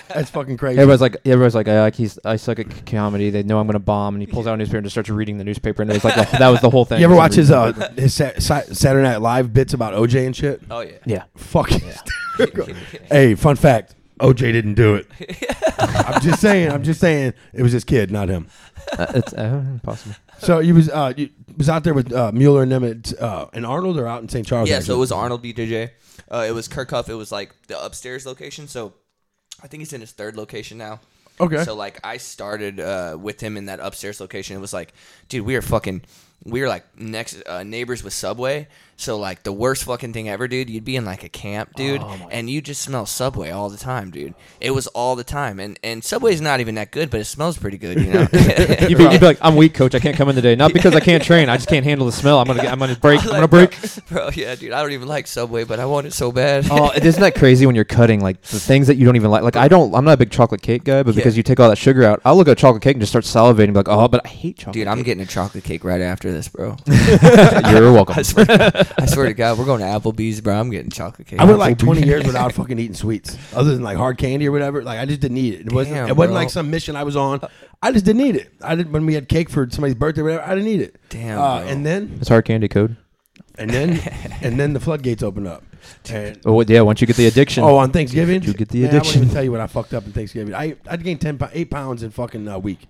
A: That's fucking crazy.
C: everybody's like everybody's like I, he's, I suck at c- comedy they know I'm gonna bomb and he pulls out a newspaper and just starts reading the newspaper and it was like the, that was the whole thing
A: you ever
C: Just
A: watch his
C: reading
A: uh
C: the paper.
A: his Sa- Sa- Saturday Night Live bits about OJ and shit?
D: Oh yeah.
C: yeah
A: Fucking hysterical. hey, fun fact. OJ didn't do it. I'm just saying. I'm just saying. It was his kid, not him.
C: uh, it's uh, impossible
A: So you was uh, you was out there with uh, Mueller and them at uh, and Arnold, or out in St. Charles.
D: Yeah,
A: actually?
D: so it was Arnold BJJ. Uh, it was Kirk Huff. It was like the upstairs location. So I think he's in his third location now.
A: Okay.
D: So like I started uh, with him in that upstairs location. It was like, dude, we are fucking we were like next uh, neighbors with Subway, so like the worst fucking thing ever, dude. You'd be in like a camp,
C: Oh
D: dude, and you just smell Subway all the time, dude. It was all the time, and and Subway's not even that good, but it smells pretty good, you know.
C: You'd be, you'd be like, "I'm weak, coach. I can't come in today. Not because I can't train. I just can't handle the smell. I'm gonna, get, I'm gonna break. I'm gonna
D: Like,
C: break."
D: bro, bro, Yeah, dude, I don't even like Subway, but I want it so bad.
C: Oh, isn't that crazy when you're cutting like the things that you don't even like? Like I don't, I'm not a big chocolate cake guy, but
D: Yeah.
C: because you take all that sugar out, I'll look at chocolate cake and just start salivating, and be like, "Oh, but I hate chocolate."
D: Dude, I'm getting a chocolate cake right after this, bro.
C: getting. You're welcome.
D: I swear, to God, I swear to God, we're going to Applebee's, bro. I'm getting chocolate cake.
A: I went like 20 years without fucking eating sweets, other than like hard candy or whatever. Like I just didn't eat it. It wasn't.
D: Damn,
A: it wasn't
D: bro.
A: like some mission I was on. I just didn't eat it. I didn't. When we had cake for somebody's birthday, or whatever, I didn't eat it.
D: Damn,
A: Uh,
D: bro.
A: and then,
C: It's hard candy code.
A: and then, and then the floodgates opened up. And,
C: Oh yeah, once you get the addiction.
A: oh, on Thanksgiving,
C: You get the
A: Man, I wouldn't even
C: addiction.
A: tell you what I fucked up in Thanksgiving. I I gained 10, pou- eight pounds in fucking a week.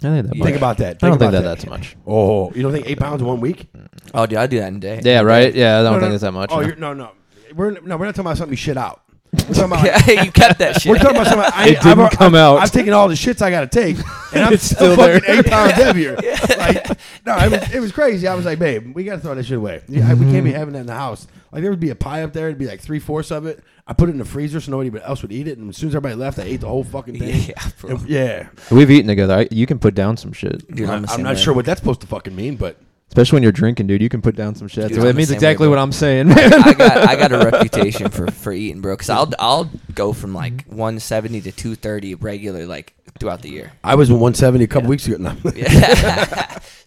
C: I think that.
D: Yeah.
C: much.
A: Think about that.
C: I don't think
A: about
C: that that's much.
A: Oh, you don't think eight pounds in one week?
D: oh, dude, I do that in a day.
C: Yeah, right. Yeah, I don't
A: No, no,
C: think it's that much.
A: Oh,
C: no.
A: you're, no, no, we're no, we're not talking about something you shit out. We're talking about
D: Yeah, you cut that shit.
A: We're talking about something. I,
C: It
A: I've
C: didn't
A: al-
C: come
A: I've-
C: out.
A: I've taken all the shits I got to take, and I'm
C: It's
A: still
C: still
A: fucking
C: there.
A: eight pounds heavier. Like, no, it was, it was crazy. I was like, babe, we got to throw that shit away. Yeah, We can't be having that in the house. Like, there would be a pie up there. It'd be like three fourths of it. I put it in the freezer so nobody else would eat it. And as soon as everybody left, I ate the whole fucking thing.
D: Yeah, bro.
A: And- yeah.
C: We've eaten together. I, you can put down some shit,
D: Dude,
A: I'm,
D: the
A: I'm
D: same
A: not
D: way.
A: sure what that's supposed to fucking mean, but
C: especially when you're drinking, dude. You can put down some shit.
D: Dude,
C: so that
D: I'm the
C: means
D: same way,
C: exactly
D: bro.
C: what I'm saying, man.
D: I got I got a reputation for for eating, bro. Cause I'll I'll go from like
A: Mm-hmm.
D: 170 to 230 regular, like throughout the year.
A: I was in 170 a couple weeks ago. No.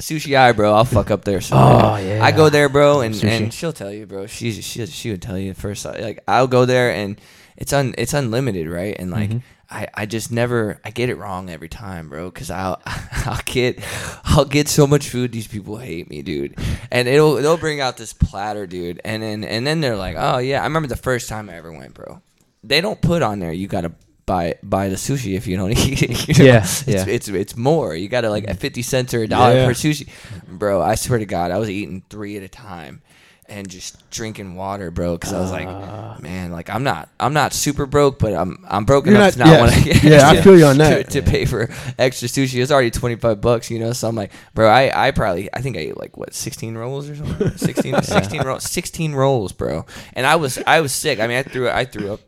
D: Sushi eye, bro. I'll fuck up there. So oh
C: yeah.
D: I go there, bro, and,
C: Sushi.
D: and she'll tell you, bro. She she she would tell you first. Like I'll go there and it's un it's unlimited, right? And
C: Mm-hmm.
D: like. I, I just never I get it wrong every time, bro. Cause I'll I'll get I'll get so much food. These people hate me, dude. And it'll they'll bring out this platter, dude. And then and then they're like, oh yeah. I remember the first time I ever went, bro. They don't put on there. You gotta buy buy the sushi if you don't eat it. you know?
C: Yeah,
D: it's,
C: yeah.
D: it's it's more. You got to like at fifty cents or a dollar
A: Yeah.
D: per sushi, bro. I swear to God, I was eating three at a time, and just drinking water, bro. Because I was like, man, like I'm not I'm not super broke, but I'm I'm broke
A: Ah. You're
D: enough
A: not-
D: to
A: yeah,
D: not want to.
A: yeah, I feel you on that.
D: To, to pay for extra sushi, it's already twenty five bucks, you know. So I'm like, bro, I I probably I think I ate like what sixteen rolls or something, 16, 16 rolls, sixteen rolls, bro. And I was I was sick. I mean, I threw I threw up. a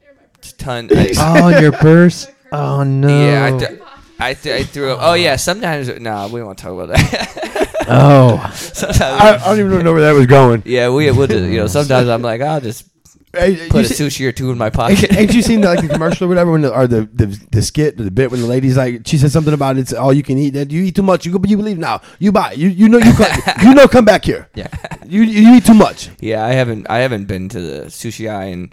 D: Ton. I-
C: oh, in your purse. Oh no.
D: yeah, I, th- I, th- I threw up. Oh yeah, sometimes. Nah, we won't talk about that.
C: oh,
D: sometimes,
A: I, I don't even know where that was going.
D: yeah, we will. Just, you know, sometimes I'm like, I'll just
A: Hey,
D: put
A: you
D: a
A: see-
D: sushi or two in my
A: Ain't, you-
D: pocket.
A: ain't you seen the, like the commercial or whatever when the, or the, the the skit or the bit when the lady's like she said something about it's all you can eat that you eat too much you go but you believe now you buy you you know you come, you know come back here
C: yeah.
A: you you eat too much
D: yeah, I haven't. I haven't been to the sushi eye in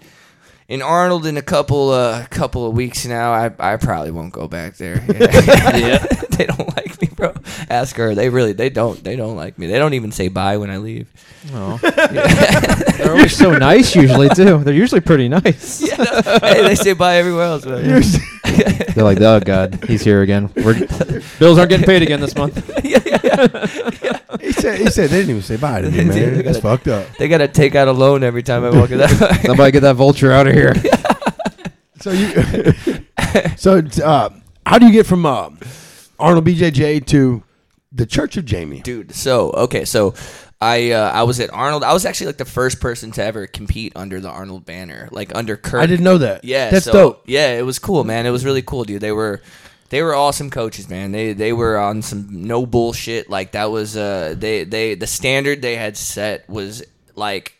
D: in Arnold in a couple uh couple of weeks now. I I probably won't go back there. Yeah. they don't like me, bro. Ask her. They really they don't they don't like me. They don't even say bye when I leave.
C: They're always so nice usually too. They're usually pretty nice.
D: Yeah, no, hey, they say bye everywhere else. but-
C: They're like, oh god, he's here again. We're, bills aren't getting paid again this month.
D: yeah, yeah, yeah.
A: he said he said they didn't even say bye to me
D: They didn't.
A: man that's fucked up
D: They gotta take out a loan every time I walk in that.
C: Somebody get that vulture out of here.
A: so you so uh, how do you get from uh, Arnold BJJ to the Church of Jamie
D: dude. So okay, so I uh, I was at Arnold. I was actually like the first person to ever compete under the Arnold banner, like under Kirk.
A: I didn't know that
D: Yeah,
A: that's
D: so-
A: dope
D: Yeah, it was cool, man. It was really cool, dude. They were they were awesome coaches, man. They they were on some no bullshit. Like that was uh they they the standard they had set was like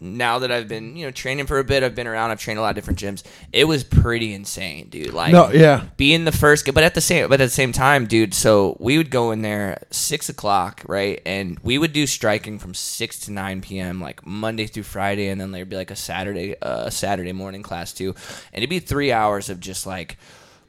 D: now that I've been, you know, training for a bit, I've been around, I've trained a lot of different gyms. It was pretty insane, dude. Like
A: No, yeah.
D: being the first but at the same but at the same time dude so we would go in there six o'clock right and we would do striking from six to nine p.m like monday through friday and then there'd be like a saturday uh, a saturday morning class too and it'd be three hours of just like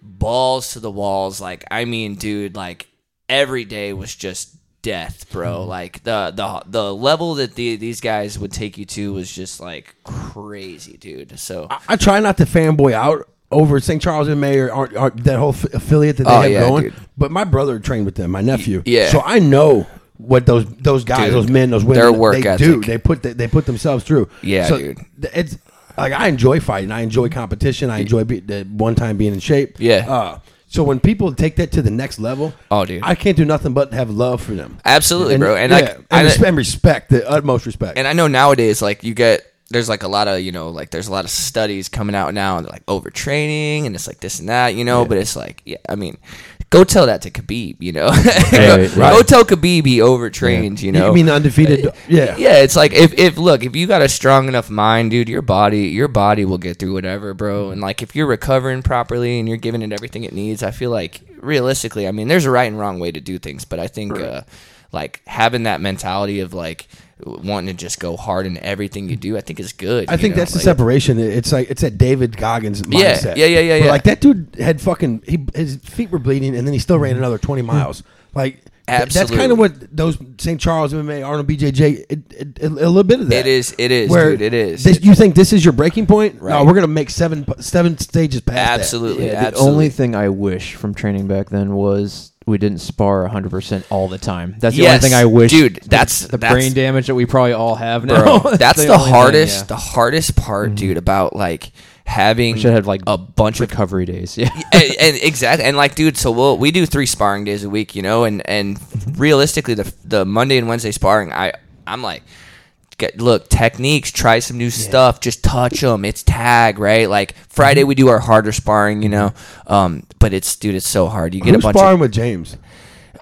D: balls to the walls like i mean dude like every day was just death
A: Mm-hmm.
D: bro like the the the level that the, these guys would take you to was just like crazy dude so
A: I, I try not to fanboy out over St. Charles and Mayor, aren't, aren't that whole f- affiliate that they
D: Oh,
A: have
D: yeah,
A: going.
D: dude.
A: But my brother trained with them, my nephew.
D: yeah.
A: So I know what those those guys,
D: Dude,
A: those men, those women,
D: their work
A: they
D: ethic.
A: do. They put the, they put themselves through.
D: Yeah,
A: so
D: dude.
A: th- It's like I enjoy fighting. I enjoy competition. I enjoy be, the one time being in shape.
D: Yeah.
A: Uh, So when people take that to the next level,
D: Oh, dude.
A: I can't do nothing but have love for them.
D: Absolutely, bro. And
A: yeah,
D: like,
A: and,
D: I,
A: respe- and respect, the utmost respect.
D: and I know nowadays, like you get there's like a lot of you know like there's a lot of studies coming out now and like overtraining and it's like this and that you know but it's like yeah I mean go tell that to Khabib you know
C: Right,
D: go
C: right.
D: tell Khabib he overtrained you know Uh,
A: you mean the undefeated? yeah,
D: yeah it's like if, if look if you got a strong enough mind dude your body your body will get through whatever
C: Mm-hmm.
D: bro and like if you're recovering properly and you're giving it everything it needs i feel like realistically i mean there's a right and wrong way to do things but i think uh, like having that mentality of like wanting to just go hard in everything you do i think is good
A: I
D: you
A: think
D: know?
A: that's the
D: Like,
A: separation. It- It's like it's that David Goggins
D: Yeah,
A: mindset.
D: yeah, yeah, yeah,
A: Where,
D: yeah.
A: Like that dude had fucking he, his feet were bleeding, and then he still ran another twenty miles. Like th- that's
D: Hmm. Absolutely.
A: kind of what those St. Charles MMA, Arnold BJJ, it, it, a little bit of that.
D: It is- it is, dude, it is.
A: This, you think this is your breaking point? No,
D: Right.
A: we're gonna make seven p- seven stages past. that.
D: absolutely
C: Yeah, the
D: absolutely
C: only thing I wish from training back then was we didn't spar 100% all the time. That's the
D: Yes.
C: only thing I wish.
D: Dude, that's-
C: the
D: that's-
C: brain damage that we probably all have now.
D: bro. That's the,
C: only thing,
D: hardest,
C: yeah. Mm-hmm.
D: the hardest part, dude. About like having
C: should have like
D: a bunch of
C: recovery days. Yeah.
D: and, and exactly, and like, dude. So we'll we do three sparring days a week, you know, and and
A: Mm-hmm.
D: realistically, the the Monday and Wednesday sparring, I I'm like. Get, look, techniques. Try some new stuff. Just touch them. It's tag, right? Like
A: Mm-hmm.
D: Friday, we do our harder sparring, you know. Um, but it's dude, it's so hard. You get
A: Who's
D: a bunch
A: sparring
D: of
A: with James?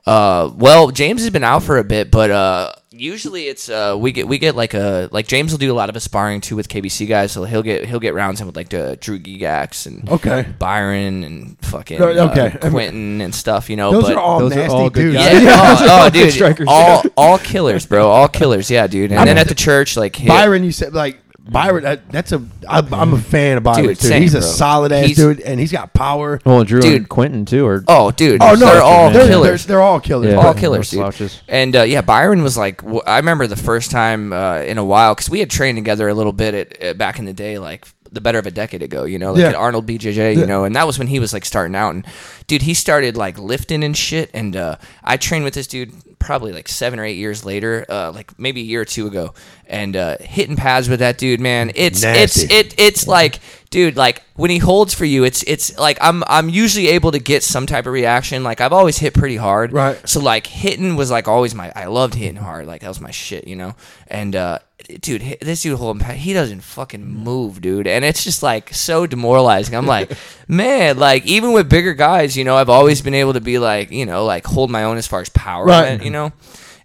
D: uh, well, James has been out for a bit, but uh, usually it's uh, we get we get like a like James will do a lot of his sparring too with KBC guys, so he'll get he'll get rounds in with like the Drew Gigax and
A: Okay.
D: Byron and fucking
A: No, okay.
D: uh, Quentin and stuff, you know.
A: Those
D: but,
A: are all
C: Those are
A: nasty
C: all good
A: dudes.
C: guys.
D: yeah, oh, oh, dude,
C: strikers.
D: all all killers, bro, all killers, yeah, dude. And then at the church, like hit,
A: Byron, you said like Byron. That, that's a. I, I'm a fan of Byron
D: Dude,
A: too.
D: same,
A: he's a
D: bro.
A: solid ass
D: He's-
A: dude, and he's got power.
C: Well, Drew
D: Dude.
C: and Quentin too, or
D: Oh, dude,
A: Oh no,
D: they're all
A: they're,
D: killers.
A: They're, they're all killers.
C: Yeah.
A: bro.
D: all
C: no
D: killers, dude.
C: slouches.
D: And uh, yeah, Byron was like, w- I remember the first time uh, in a while because we had trained together a little bit at, at, back in the day, like the better of a decade ago, you know, like
A: Yeah.
D: at Arnold BJJ, you know, and that was when he was like starting out. And dude, he started like lifting and shit. And uh, I trained with this dude probably like seven or eight years later, uh, like maybe a year or two ago, and uh, hitting pads with that dude, man. It's it's
A: Nasty.
D: it it it's like dude like when he holds for you it's it's like i'm i'm usually able to get some type of reaction like i've always hit pretty hard
A: Right.
D: so like hitting was like always my i loved hitting hard like that was my shit you know and uh dude hi- this dude holding pa- he doesn't fucking move dude and it's just like so demoralizing i'm like man like even with bigger guys you know i've always been able to be like you know like hold my own as far as power
A: Right.
D: went, you know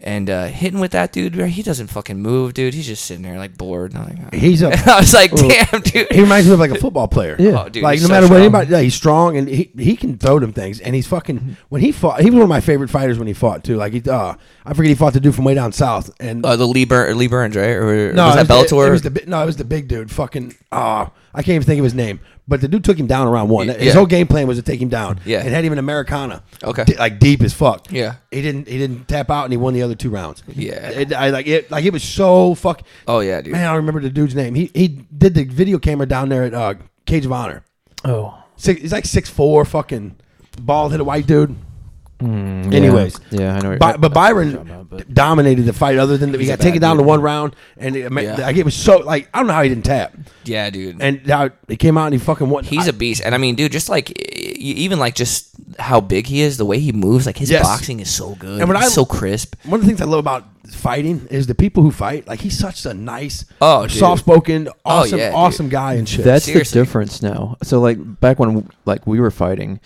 D: and uh, hitting with that dude, bro, he doesn't fucking move, dude. He's just sitting there like bored. And I'm like,
A: Oh,
D: "Oh,
A: He's a.
D: I was like, damn, dude.
A: He reminds me of like a football player.
D: Yeah. Oh, dude,
A: like
D: he's
A: no
D: so
A: matter what
D: strong.
A: anybody, yeah, he's strong and he, he can throw them things. And he's fucking when he fought, he was one of my favorite fighters when he fought too. Like he, uh, I forget he fought the dude from way down south. And
D: Uh, the Lee, Bur- Lee Burns, right? Or
A: no,
D: was
A: it
D: that
A: was the-
D: Bellator?
A: It, was the bi- no, it was the big dude. Fucking ah, I can't even think of his name. But the dude took him down around one.
D: Y-
A: His
D: yeah.
A: whole game plan was to take him down.
D: Yeah.
A: it had him in Americana.
D: Okay.
A: D- like deep as fuck.
D: Yeah.
A: he didn't. He didn't tap out, and he won the other two rounds.
D: Yeah.
A: It- I like it. Like it was so fuck.
D: Oh, yeah, dude.
A: Man, I don't remember the dude's name. He he did the video camera down there at uh, Cage of Honor.
C: oh,
A: Six, he's like six four, fucking bald headed white dude.
D: Mm,
A: Anyways,
C: Yeah, I know what
A: Bi-
C: you're-
A: but Byron dominated the fight. Other than that, he got
D: a
A: taken
D: bad
A: down to
D: dude.
A: one round, and it, ma-
D: Yeah.
A: like it was so like I don't know how he didn't tap,
D: yeah, dude.
A: and now he came out and he fucking won.
D: He's
A: a
D: a beast. And I mean, dude, just like, e- e- even like just how big he is, the way he moves, like his
A: Yes.
D: boxing is so good.
A: And when
D: It's
A: I-
D: so crisp.
A: one of the things I love about fighting is the people who fight. Like he's such a nice,
D: Oh, dude.
A: soft spoken, awesome,
D: yeah, dude.
A: awesome guy and shit.
C: That's
D: Seriously.
C: the difference now. So like back when like we were fighting,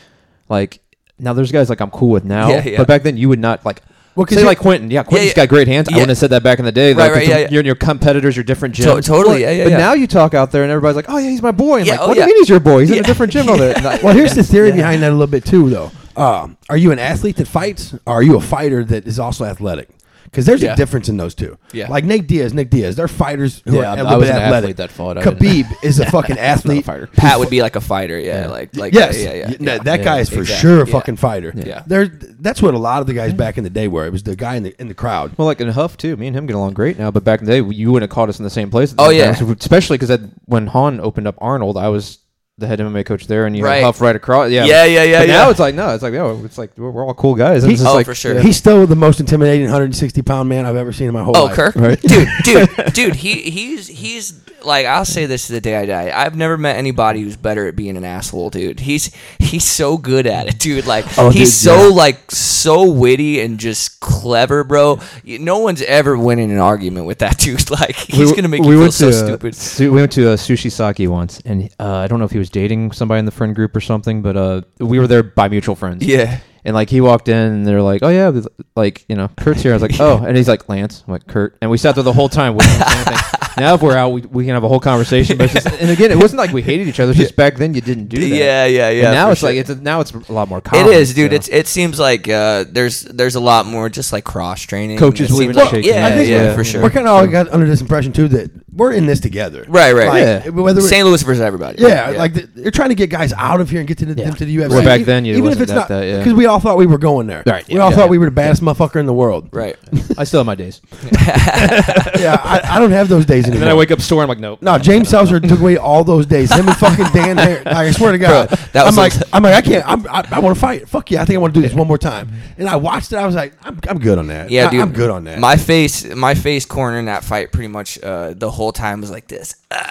C: like now there's guys like I'm cool with
A: Oh,
C: now,
D: Yeah, yeah.
C: but back then you would not like.
A: Well, 'cause
C: say
A: you-
C: like Quentin, yeah, Quentin's
D: yeah.
C: got great hands. I
D: Yeah.
C: wouldn't have said that back in the day.
D: Right,
C: like,
D: right,
C: the-
D: yeah, yeah.
C: You're in your competitors, your different gyms.
D: totally, yeah, yeah,
C: But
D: yeah.
C: now you talk out there and everybody's like, oh yeah, he's my boy. And
D: Yeah,
C: like,
D: oh,
C: what
D: yeah.
C: do you mean he's your boy? He's in
D: Yeah.
C: a different gym over there.
A: well, here's the theory behind that a little bit too, though. Um, are you an athlete that fights, or are you a fighter that is also athletic? Because there's
D: Yeah.
A: a difference in those two.
D: Yeah.
A: Like Nate Diaz, Nick Diaz, they're fighters who
C: Yeah,
A: are a
C: I-
A: little
C: I was
A: bit
C: an
A: athletic.
C: athlete that fought. I
A: Khabib is a fucking athlete.
C: fighter.
D: Pat would be like a fighter. Yeah, like, like,
A: yes,
D: yeah, yeah.
A: Y-
D: yeah.
A: that, that guy is for
D: exactly.
A: sure a
D: Yeah.
A: fucking fighter.
D: Yeah.
A: there. That's what a lot of the guys back in the day were. It was the guy in the in the crowd.
C: Well, like in Huff too, me and him get along great now. But back in the day, you wouldn't have caught us in the same place. at the
D: Oh,
C: same
D: yeah.
C: time. So, especially because when Han opened up Arnold, I was the head MMA coach there, and you
D: Right.
C: had Huff right across. Yeah,
D: Yeah, yeah, yeah,
C: But
D: yeah.
C: Now it's like no, it's like no, it's like we're, we're all cool guys. and
A: He-
C: it's just
D: Oh,
C: like,
D: for sure.
A: He's still the most intimidating 160 pound man I've ever seen in my whole
D: Oh,
A: life.
D: Kirk,
C: Right.
D: dude, dude, dude. He he's he's like I'll say this to the day I die. I've never met anybody who's better at being an asshole, dude. He's he's so good at it, dude. Like
A: Oh,
D: he's
A: dude,
D: so like so witty and just clever, bro. You- No one's ever winning an argument with that dude. Like he's gonna make you feel so
C: to, uh,
D: stupid.
C: su- we went to uh, Sushi Saki once, and uh, I don't know if he was dating somebody in the friend group or something, but uh, we were there by mutual friends.
D: Yeah.
C: And like he walked in, and they're like, "Oh yeah, th- like you know, Kurt's here." I was like, "Oh," and he's like, "Lance," I'm like, "Kurt," and we sat there the whole time. waiting for anything. now if we're out, we, we can have a whole conversation. But it's just, and again, it wasn't like we hated each other. It's just back then you didn't do that.
D: Yeah, yeah, yeah,
C: And now
D: for
C: it's like
D: sure.
C: it's a, now it's a lot more
D: It
C: common.
D: is, dude.
C: so.
D: It's it seems like uh, there's there's a lot more just like cross training.
C: Coaches
D: It
C: will
D: seems
C: even
D: like-
C: shake
D: yeah,
A: I
C: hands.
A: think
D: yeah,
A: we're-
D: for sure.
A: We're kind of all got under this impression too that we're in this together.
D: Right, right.
A: Like,
C: Yeah.
A: Whether we're-
D: St. Louis versus everybody.
A: Yeah, like the, they're trying to get guys out of here and get to the, them to the UFC.
C: Where back then you
A: even if
C: wasn't
A: it's
C: that-
A: not,
C: that, yeah.
A: because we all thought we were going there.
C: Right,
A: We
C: yeah.
A: all
C: Yeah.
A: thought we were the baddest motherfucker in the world.
D: right.
C: I still have my days.
A: yeah, I, I don't have those days
C: And
A: anymore.
C: then I wake up sore. I'm like, nope.
A: no, James Seltzer took away all those days. Him and fucking Dan. Har- like, I swear to God,
D: Bro, that
A: I'm
D: was
A: like,
D: some-
A: I'm like, I can't. I'm, I, I want to fight. Fuck yeah, I think I want to do this one more time. And I watched it. I was like, I'm, I'm good on that.
D: Yeah,
A: I,
D: dude,
A: I'm good on that.
D: My face, my face corner in that fight pretty much uh, the whole time was like this. like,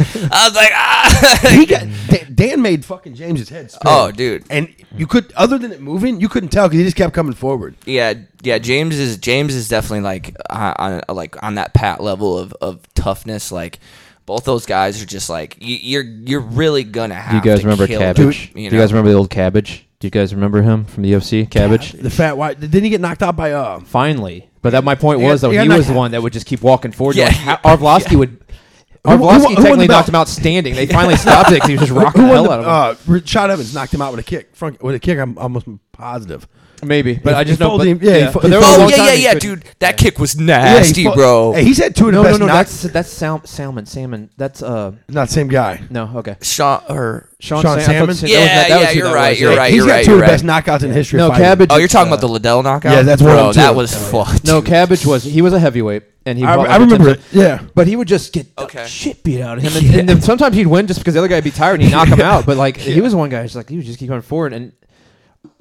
D: I was like, ah.
A: he got Dan, Dan made fucking James's head spin.
D: Oh, dude.
A: And you could, other than it moving, you couldn't tell because he just kept coming forward.
D: yeah, yeah. James is James is definitely like uh, on like on that Pat level of, of toughness. Like both those guys are just like you, you're you're really gonna
C: Do you
D: have.
C: guys
D: to
C: remember
D: kill,
C: Cabbage?
D: You know?
C: Do you guys remember the old Cabbage? Do you guys remember him from the UFC? Cabbage.
A: The fat white. Didn't he get knocked out by uh?
C: Finally, but that my point
A: Yeah,
C: was though
A: yeah,
C: he
A: not
C: was the
A: Cabbage.
C: one that would just keep walking forward.
D: Yeah,
C: Yeah,
D: yeah,
C: Arvlosky would.
A: who won- who
C: Arvlosky
A: won the
C: technically
A: bout?
C: knocked him out standing. They finally stopped it because he was just rocking
A: Who
C: the
A: won
C: hell
A: the,
C: out of him.
A: uh, Rashad Evans knocked him out with a kick. Frank with a kick. I'm almost positive.
C: Maybe, but
A: he-
C: I just
A: he
C: know.
A: folded
C: But,
A: him- yeah, he fo-
C: but there was a
D: Oh
C: long
D: yeah,
C: time
D: yeah,
C: he
D: yeah,
C: couldn't-
D: dude. That kick was
A: Yeah, he
D: nasty,
A: fought-
D: bro.
A: Hey, he's had two of the
C: No, no,
A: best.
C: no.
A: knocks-
C: That's that's Sal- Salmon. Salmon. That's uh.
A: not the same guy.
C: No. Okay.
D: Sean or
C: Sean,
A: Sean
C: Sam- I thought
A: Salmon?
C: Sam- that was-
D: Yeah,
C: that- that was
D: yeah,
C: who
D: you're
C: that
D: right,
C: was,
D: you're
C: yeah.
D: right.
A: He's got two of
D: you're
A: the best
D: right.
A: knockouts in history.
C: No,
A: of fighting.
C: Cabbage.
D: oh, you're talking
C: uh,
D: about the Liddell knockout.
A: Yeah, that's one
D: bro.
A: and two.
D: That was fucked.
C: No, Cabbage was he was a heavyweight, and he.
A: I,
C: fought
A: I
C: like a
A: remember
C: 10
A: it. Yeah.
C: But he would just get the
D: Okay.
C: shit beat out of him, and, and then sometimes he'd win just because the other guy would be tired and he'd knock him out. But like he was one guy, just like he would just keep going forward, and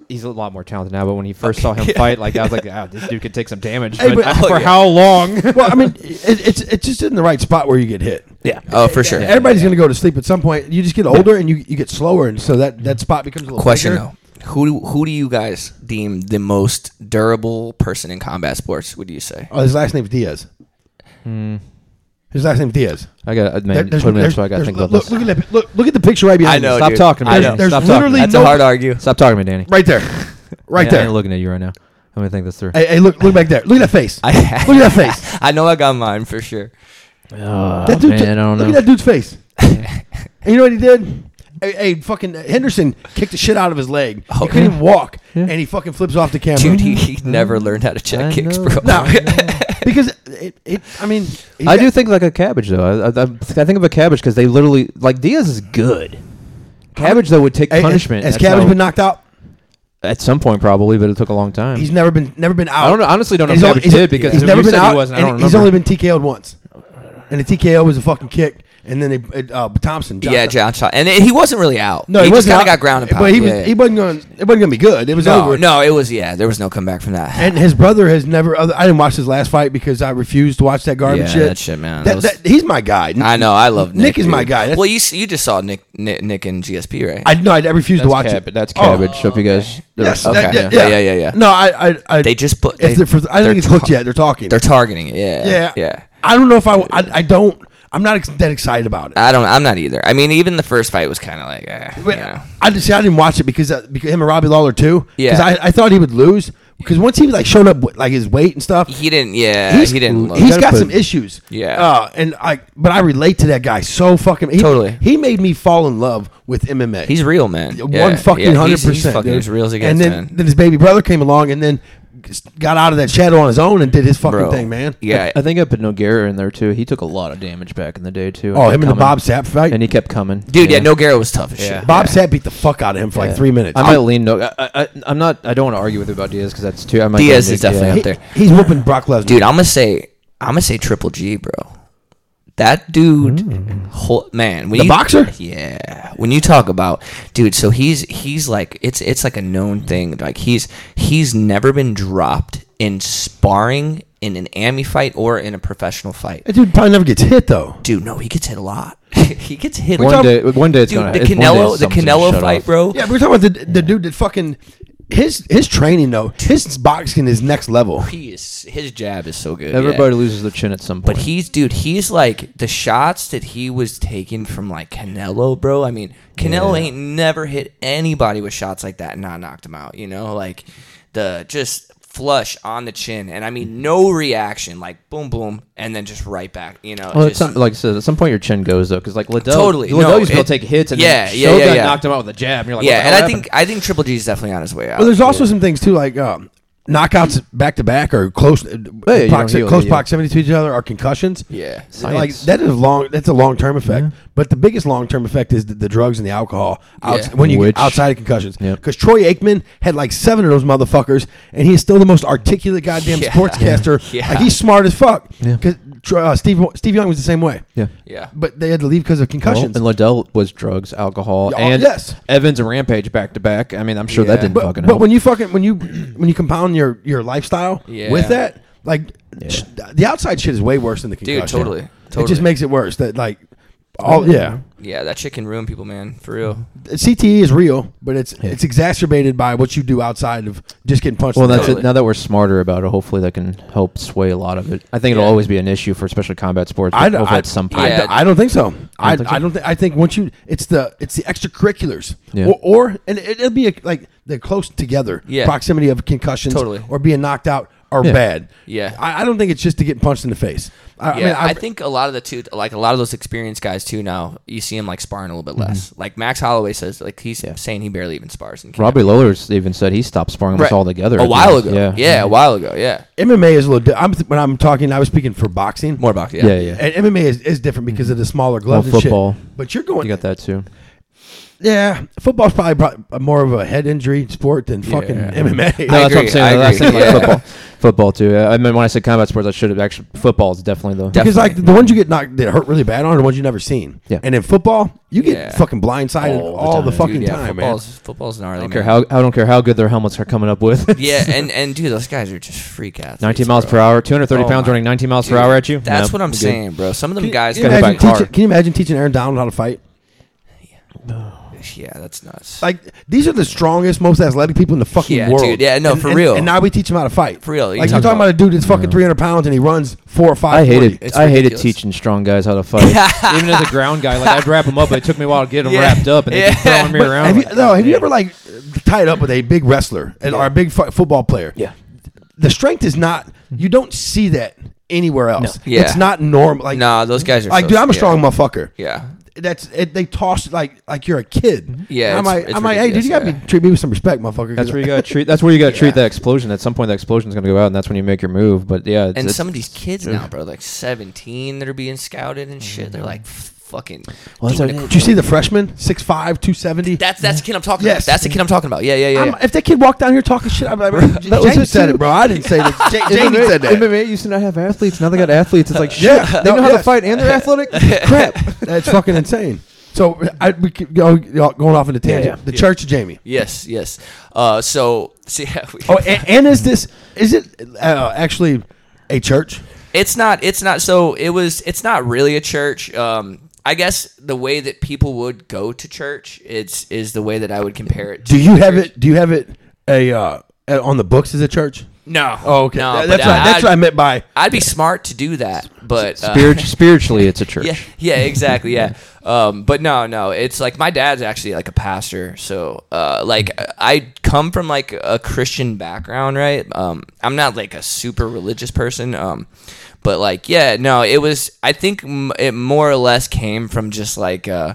C: he's a lot more talented now. But when he first saw him fight, like I was like, ah, this dude could take some damage.
A: Hey,
C: but,
A: but-
C: I-
A: oh,
C: for
D: yeah.
C: how long?
A: Well, I mean, it, it's it's just in the right spot where you get hit.
C: yeah,
D: Oh, for sure.
A: Everybody's gonna go to sleep at some point. You just get older and you, you get slower, and so that, that spot becomes a little
D: Question
A: bigger.
D: though, who do, who do you guys deem the most durable person in combat sports? Would you say?
A: Oh, his last name's Diaz.
C: Hmm.
A: His last name's Diaz.
C: I got to
A: There-
C: man.
A: there's-
C: put him in,
A: there's-
C: so I got to
A: there's-
C: think about
A: look,
C: this.
A: Look at, that, look, look at the picture right behind
D: I know,
A: him.
C: Stop
D: dude.
C: talking,
D: I
C: man.
D: know.
A: There's
C: Stop
A: literally
C: talking.
D: That's
A: no-
D: a hard argue.
C: Stop talking to me, Danny.
A: Right there. Right
C: I
A: there.
C: ain't looking at you right now. I'm gonna think this through.
A: Hey, hey, look, look back there. Look at that face.
D: I-
A: look at that face.
D: I know I got mine for sure.
C: Oh,
A: That dude,
C: man, I don't
A: look
C: know.
A: at that dude's face. and you know what he did? Hey, hey, fucking uh, Henderson kicked the shit out of his leg.
D: Oh,
A: he couldn't
D: yeah.
A: even walk,
C: Yeah.
A: and he fucking flips off the camera.
D: Dude, he, he never learned how to check
C: I
D: kicks,
C: know,
D: bro.
A: no,
C: I know.
A: because it, it. I mean, he
C: I
A: got-
C: do think like a cabbage though. I, I, I think of a cabbage because they literally like Diaz is good. Cabbage though would take
A: Hey,
C: punishment.
A: Has, has
C: That's
A: Cabbage
C: how-
A: been knocked out?
C: at some point probably, but it took a long time.
A: He's never been never been out.
C: I don't know, honestly don't know if
A: He's
C: Cabbage
A: only-
C: did because
A: he's
C: you
A: never been
C: said
A: out.
C: he wasn't. I
A: and
C: don't
A: he's
C: remember.
A: only been TKO'd once, and the TKO was a fucking kick. And then they uh, Thompson.
D: yeah, John Shaw, and it, he wasn't really out.
A: No, he,
D: just
A: wasn't
D: kind
A: out,
D: of got ground and pound.
A: But he was,
D: Yeah, yeah.
A: he wasn't going. It wasn't going to be good. It was
D: no,
A: over.
D: no, it was yeah. There was no comeback from that.
A: And his brother has never. Other, I didn't watch his last fight because I refused to watch that garbage
D: Yeah,
A: shit.
D: that shit,
A: That-
D: man. That was-
A: that- he's my guy.
D: I know. I love Nick.
A: Nick is my
D: dude.
A: guy. That's-
D: Well, you s- you just saw Nick Nick, Nick and GSP, right?
A: I no. I, I refused to watch it.
C: That's
A: Oh.
C: cabbage. so if you guys,
A: Yes.
D: Okay.
A: that-
D: Yeah, yeah, yeah, yeah.
A: No, I. I, I
D: they just put.
A: It's
D: they-
A: the first- I
D: they're
A: think it's hooked
D: tar-
A: yet. They're talking.
D: They're targeting it. Yeah.
A: yeah.
D: Yeah.
A: I don't know if I. I, I don't. I'm not ex- that excited about it.
D: I don't. I'm not either. I mean, even the first fight was kind of like, eh, you
A: But
D: know.
A: I just see, I didn't watch it because uh, because him and Robbie Lawler too.
D: Yeah.
A: Because I, I thought he would lose because once he like showed up with, like his weight and stuff.
D: he didn't. Yeah, Uh, he didn't. Look.
A: he's
C: Gotta
A: got
C: put-
A: some issues.
D: Yeah.
A: Uh, and I but I relate to that guy so fucking he,
D: Totally.
A: He made me fall in love with MMA.
D: He's real, man.
A: one
D: Yeah,
A: fucking
D: yeah,
A: hundred
D: he's- He's
A: percent.
D: fucking as real as it
A: And
D: gets,
A: then
D: man.
A: then his baby brother came along and then got out of that shadow on his own and did his fucking
D: Bro.
A: thing, man.
D: Yeah.
C: I think I put Noguera in there too. He took a lot of damage back in the day too.
A: Oh,
C: kept
A: him and the
C: coming.
A: Bob Sapp fight.
C: and he kept coming.
D: Dude, yeah, No Noguera was tough as
C: Yeah.
D: shit.
A: Bob Sapp beat the fuck out of him for like three minutes.
C: I might lean no. I, I, I'm not. I don't want to argue with you about Diaz because that's too. I might go
D: Diaz
C: Nick,
D: is definitely
C: yeah.
D: up
A: He-
D: there.
A: he's whooping Brock Lesnar.
D: Dude, I'm gonna say, I'm gonna say Triple G, bro. That dude, ho- man, when
A: Mm. The
D: you-
A: boxer?
D: Yeah, when you talk about dude, so he's he's like it's it's like a known thing. Like he's he's never been dropped in sparring in an AMI fight or in a professional fight.
A: That dude probably never gets hit though.
D: Dude, no, he gets hit a lot. he gets hit. a
C: One
D: lot.
C: day, one day it's
D: dude,
C: gonna.
D: the
C: it's- one day
D: Canelo, the
C: something's gonna
D: Canelo
C: shut
D: fight,
C: off.
D: bro.
A: Yeah, but we're talking about the the dude that fucking his his training though. His boxing is next level.
D: He is his jab is so good. yeah.
C: Everybody loses their chin at some point.
D: But he's dude, he's like the shots that he was taking from like Canelo, bro. I mean, Canelo ain't never hit anybody with shots like that and not knocked him out, you know? Like the just flush on the chin and I mean no reaction, like boom boom and then just right back, you know.
C: Well,
D: just-
C: it's some, like I said, at some point your chin goes though, because like Liddell,
D: Totally,
C: Liddell
D: no,
C: used to be able
D: it-
C: to take hits, and
D: yeah,
C: then
D: yeah,
C: Shogun
D: yeah, yeah.
C: knocked him out with a jab, and you're like,
D: yeah,
C: what the
D: and
C: hell
D: I think
C: happened?
D: I think Triple G is definitely on his way out.
A: Well, there's also some things too, like um, knockouts back to back or close, uh,
C: yeah, you don't
A: proxi-
C: heal,
A: close
C: yeah.
A: proximity to each other are concussions.
D: yeah.
A: Like
C: Science.
A: that is long. That's a long term effect. But the biggest long term effect is the, the drugs and the alcohol out,
D: Yeah.
A: when you
C: Which-
A: get outside of concussions. Because
C: Yep.
A: Troy Aikman had like seven of those motherfuckers, and he is still the most articulate goddamn
D: Yeah.
A: sportscaster.
D: Yeah.
A: Like he's smart as fuck.
C: Yeah.
A: Because uh, Steve Steve Young was the same way.
C: yeah.
D: Yeah.
A: But they had to leave because of
C: Well,
A: concussions.
C: and Liddell was drugs, alcohol,
A: Yeah,
C: and
A: yes.
C: Evans and Rampage back to back. I mean, I'm sure that
D: Yeah.
C: didn't
A: but,
C: fucking
A: but
C: help.
A: when you fucking when you when you compound your your lifestyle
D: Yeah.
A: with that like sh- the outside shit is way worse than the
D: Dude,
A: concussion
D: totally,
A: it
D: totally.
A: just makes it worse that like all yeah
D: Yeah, that shit can ruin people, man, for real.
A: CTE E is real but it's it's exacerbated by what you do outside of just getting punched
C: well,
A: in the
C: that's
A: face.
C: it. Now that we're smarter about it, hopefully that can help sway a lot of it. I think it'll
D: Yeah.
C: always be an issue for especially combat sports.
A: I,
C: but
A: d-
C: hopefully
A: I,
C: at some point.
A: I,
D: Yeah.
A: d- I don't think so. I,
C: think so?
A: I don't think I think once you it's the it's the extracurriculars
C: Yeah.
A: or, or and it, it'll be a, like the close together
D: Yeah.
A: proximity of concussions
D: Totally.
A: or being knocked out are
C: Yeah.
A: bad.
D: Yeah.
A: I, I don't think it's just to get punched in the face. I,
D: Yeah,
A: I
D: I,
A: mean, I,
D: think a lot of the two, like a lot of those experienced guys too. Now you see him like sparring a little bit less. Like Max Holloway says, like he's saying he barely even spars. In camp.
C: Robbie Lawler's even said he stopped sparring almost
D: Right.
C: altogether
D: a
C: at the
D: while
C: end.
D: ago. Yeah. a while ago. Yeah,
A: MMA is a little. Di- I'm th- when I'm talking, I was speaking for boxing.
D: more boxing.
C: yeah, yeah.
A: And MMA is, is different because of the smaller gloves
C: Well,
A: and shit.
C: football.
A: But you're going.
C: You got that too.
A: Yeah, football's probably pro- a more of a head injury sport than fucking MMA.
C: No, that's what I'm
D: agree,
C: saying.
D: I
C: I was
D: agree.
C: thinking
D: Yeah.
C: like football, football too. I mean, when I said combat sports, I should have actually football is definitely the
A: because like the ones you get knocked that hurt really bad on are the ones you never seen.
C: Yeah.
A: And in football, you get
D: Yeah.
A: fucking blindsided all
C: All
A: the,
C: the time.
A: fucking
D: Dude, yeah,
A: time, man.
D: football's football's gnarly.
C: I don't care
D: man.
C: how I don't care how good their helmets are coming up with.
D: Yeah, and and dude, those guys are just freak athletes.
C: 19 miles
D: bro.
C: per hour, 230
D: Oh
C: pounds
D: my-
C: running 19 miles
D: Dude,
C: per hour at you.
D: That's
C: No,
D: what I'm
C: good.
D: saying, bro. Some of them guys
A: Can you,
D: can
A: imagine
D: fight
A: teaching,
D: hard.
A: can you imagine teaching Aaron Donald how to fight?
D: Yeah, that's nuts.
A: Like these are the strongest, most athletic people in the fucking
D: Yeah,
A: world.
D: dude, yeah, no,
A: And-
D: for
A: and-
D: real.
A: And now we teach them how to fight.
D: For real,
A: Like
D: you
A: you're
D: talk
A: talking about a dude that's fucking 300 pounds and he runs four or five.
C: I hated
D: It's
C: I hated
D: ridiculous.
C: teaching strong guys how to fight. Even as a ground guy, like I'd wrap them up, but it took me a while to get them
D: Yeah.
C: wrapped up, and they keep
D: Yeah.
C: throwing me
D: But
C: around.
A: Have you,
C: like-
A: no, have you ever like tied up with a big wrestler and, or a big fu- football player?
D: Yeah.
A: The strength is not. You don't see that anywhere else.
D: Yeah.
A: It's not normal. Like
D: nah, those guys are
A: like
D: so-
A: dude, I'm a
D: yeah.
A: strong motherfucker.
D: Yeah,
A: That's it, they toss like like you're a kid.
D: Yeah,
A: And I'm
D: it's-
A: like
D: it's
A: I'm like, hey, dude, you gotta
D: ridiculous,
A: be, treat me with some respect, motherfucker.
C: That's
A: 'cause
C: where you gotta treat. That's where you gotta treat that explosion. At some point, that explosion's gonna go out, and that's when you make your move. But yeah, it's-
D: and
C: it's-
D: some of these kids now, bro, like 17 that are being scouted and shit. They're like fucking.
C: Well, that's
D: deep in
C: what-
D: the
A: Did you see the freshman 6'5", 270?
D: That's that's the kid I'm talking
A: Yes.
D: about. That's the kid I'm talking about. Yeah, yeah, yeah.
A: I'm-
D: yeah.
A: if that kid walked down here talking shit, I'd be like,
C: That was
A: Jamie
C: it,
A: said
C: too.
A: it, bro. I didn't say that. Ja- Jamie said that.
C: MMA used to not have athletes. Now they got athletes. It's like shit.
A: Yeah,
C: They
A: no,
C: know how to
A: yes.
C: fight, and they're athletic. Crap.
A: That's fucking insane. So I, we keep go, go- going off into tangent.
C: Yeah, yeah.
A: The church of Jamie.
D: Yes, yes. Uh, so see, yeah, we,
A: Oh, and, and is this is it uh, actually a church?
D: it's not, it's not. So it was, it's not really a church. Um, I guess the way that people would go to church, it's is the way that I would compare it. to
A: Do you have it? Do you have it a uh, a- on the books as a church?
D: No.
A: Oh, okay.
D: No,
A: That-
D: but
A: that's what, I- that's
D: I'd-
A: what I meant by.
D: I'd be smart to do that, but uh,
C: Spirit, spiritually, it's a church.
D: Yeah, yeah, exactly. Yeah. Um, but no, no, it's like my dad's actually like a pastor. So, uh, like I come from like a Christian background, right? Um, I'm not like a super religious person. Um, but like, yeah, no, it was, I think m- it more or less came from just like, uh,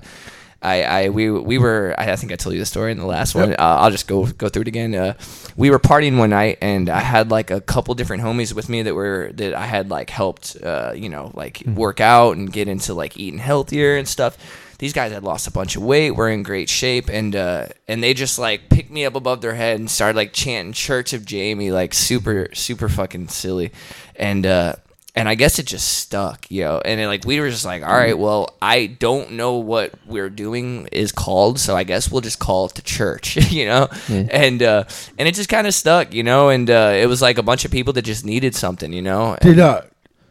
D: I, I we we were I I think I told you the story in the last one. Uh, I'll just go go through it again. Uh, we were partying one night, and I had like a couple different homies with me that were that I had like helped, uh, you know, like work out and get into like eating healthier and stuff. These guys had lost a bunch of weight, were in great shape, and uh, and they just like picked me up above their head and started like chanting "Church of Jamie," like super super fucking silly, and. uh and I guess it just stuck, yo. And it, like we were just like, all
A: Mm-hmm.
D: right, well, I don't know what we're doing is called, so I guess we'll just call it the church, you know. And uh, and it just kind of stuck, you know. And uh, it was like a bunch of people that just needed something, you know.
A: Did uh,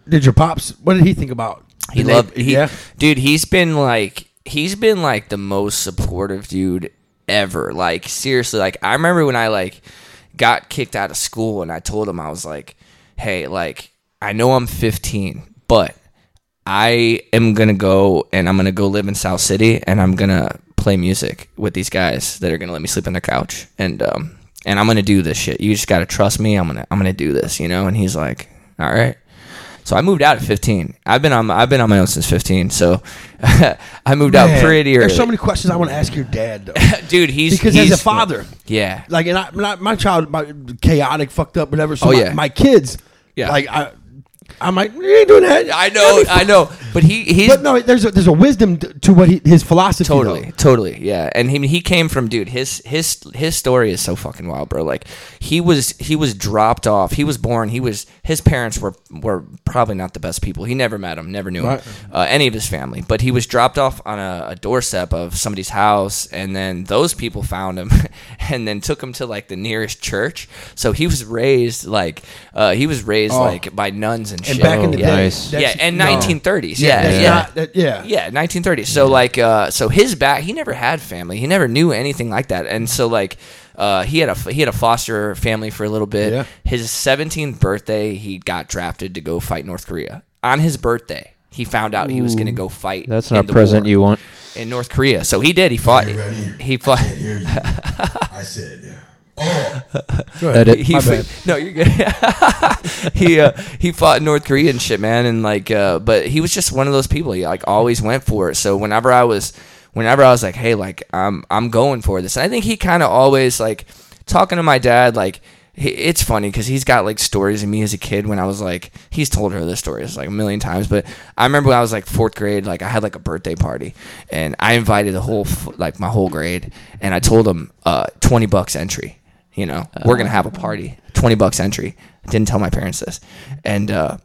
A: did your pops? What did he think about?
D: He
A: Did they-
D: loved he,
A: yeah.
D: dude, he's been like he's been like the most supportive dude ever. Like seriously, like I remember when I like got kicked out of school and I told him I was like, "Hey, like I know I'm 15, but I am going to go and I'm going to go live in South City and I'm going to play music with these guys that are going to let me sleep on their couch and um and I'm going to do this shit. You just got to trust me. I'm going to I'm going to do this, you know?" And he's like, "All right." So I moved out at 15. I've been on I've been on my own since 15. So I moved out
A: Man,
D: pretty early.
A: There's so many questions I want to ask your dad though.
D: Dude, he's
A: because
D: he's,
A: as a father,
D: yeah,
A: like, and I, my, my child, my chaotic, fucked up, whatever. So
D: Oh,
A: my,
D: yeah.
A: my kids,
D: Yeah.
A: like I, I'm like, you ain't doing that.
D: I know, I know. But he he's
A: But no, there's a, there's a wisdom t- to what he, his philosophy. though.
D: totally, totally, yeah. And he he came from dude. His his his story is so fucking wild, bro. Like he was he was dropped off. He was born. He was his parents were were probably not the best people. He never met him, never knew
A: Right.
D: him, uh, any of his family. But he was dropped off on a, a doorstep of somebody's house, and then those people found him, and then took him to like the nearest church. So he was raised like uh, he was raised
A: Oh.
D: like by nuns and,
A: And
D: shit.
A: back in the
C: Oh,
A: day,
C: nice.
A: that's-
D: yeah, and
A: no.
D: 1930s.
A: Yeah,
D: Yeah,
A: that's
D: yeah.
A: not- that- yeah.
D: Yeah, 1930s. So like, uh, so his back, he never had family. He never knew anything like that. And so like, uh, he had a he had a foster family for a little bit.
A: Yeah.
D: His 17th birthday, he got drafted to go fight North Korea. On his birthday, he found out he was going to go fight.
C: That's
D: in
C: not a
D: the
C: present
D: war
C: you want.
D: in North Korea. So he did. He fought. He fought.
E: I said, yeah.
A: Go ahead.
C: Edit.
D: he
A: My
D: fa-
A: bad.
D: no, you're good. he uh, he fought in North Korea and shit, man, and like, uh, but he was just one of those people. He like always went for it. So whenever I was, whenever I was like, hey, like I'm I'm going for this, and I think he kind of always like talking to my dad, like. he- It's funny because he's got like stories of me as a kid when I was like, he's told her this story like a million times, but I remember when I was like fourth grade, like I had like a birthday party and I invited the whole, f- like my whole grade and I told them uh, 20 bucks entry you know, we're gonna have a party. Twenty bucks entry. I didn't tell my parents this, and uh,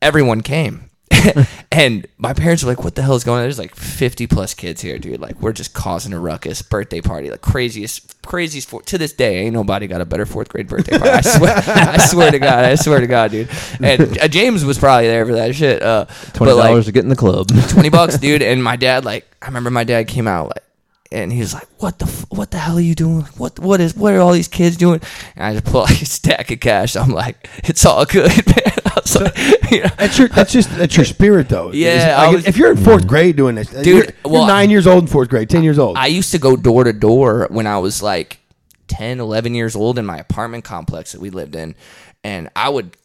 D: everyone came. and my parents were like, "What the hell is going on?" There's like 50 plus kids here, dude. Like we're just causing a ruckus. Birthday party, like craziest, craziest. For- to this day, ain't nobody got a better fourth grade birthday party. I swear, I swear to God, I swear to God, dude. And uh, James was probably there for that shit. Uh,
C: Twenty
D: but, like,
C: dollars to get in the club.
D: 20 bucks, dude. And my dad, like, I remember my dad came out, like, and he was like, "What the f- what the hell are you doing? Like, what what is what are all these kids doing?" And I just pull like a stack of cash. I'm like, "It's all good, man." I was like, you know,
A: That's your that's just that's your spirit though.
D: Yeah,
A: It's
D: I
A: like,
D: was-
A: if you're in fourth grade doing this, dude, you're, you're
D: well,
A: nine years old in fourth grade, ten years old.
D: I used to go door to door when I was like 10, 11 years old in my apartment complex that we lived in. And I would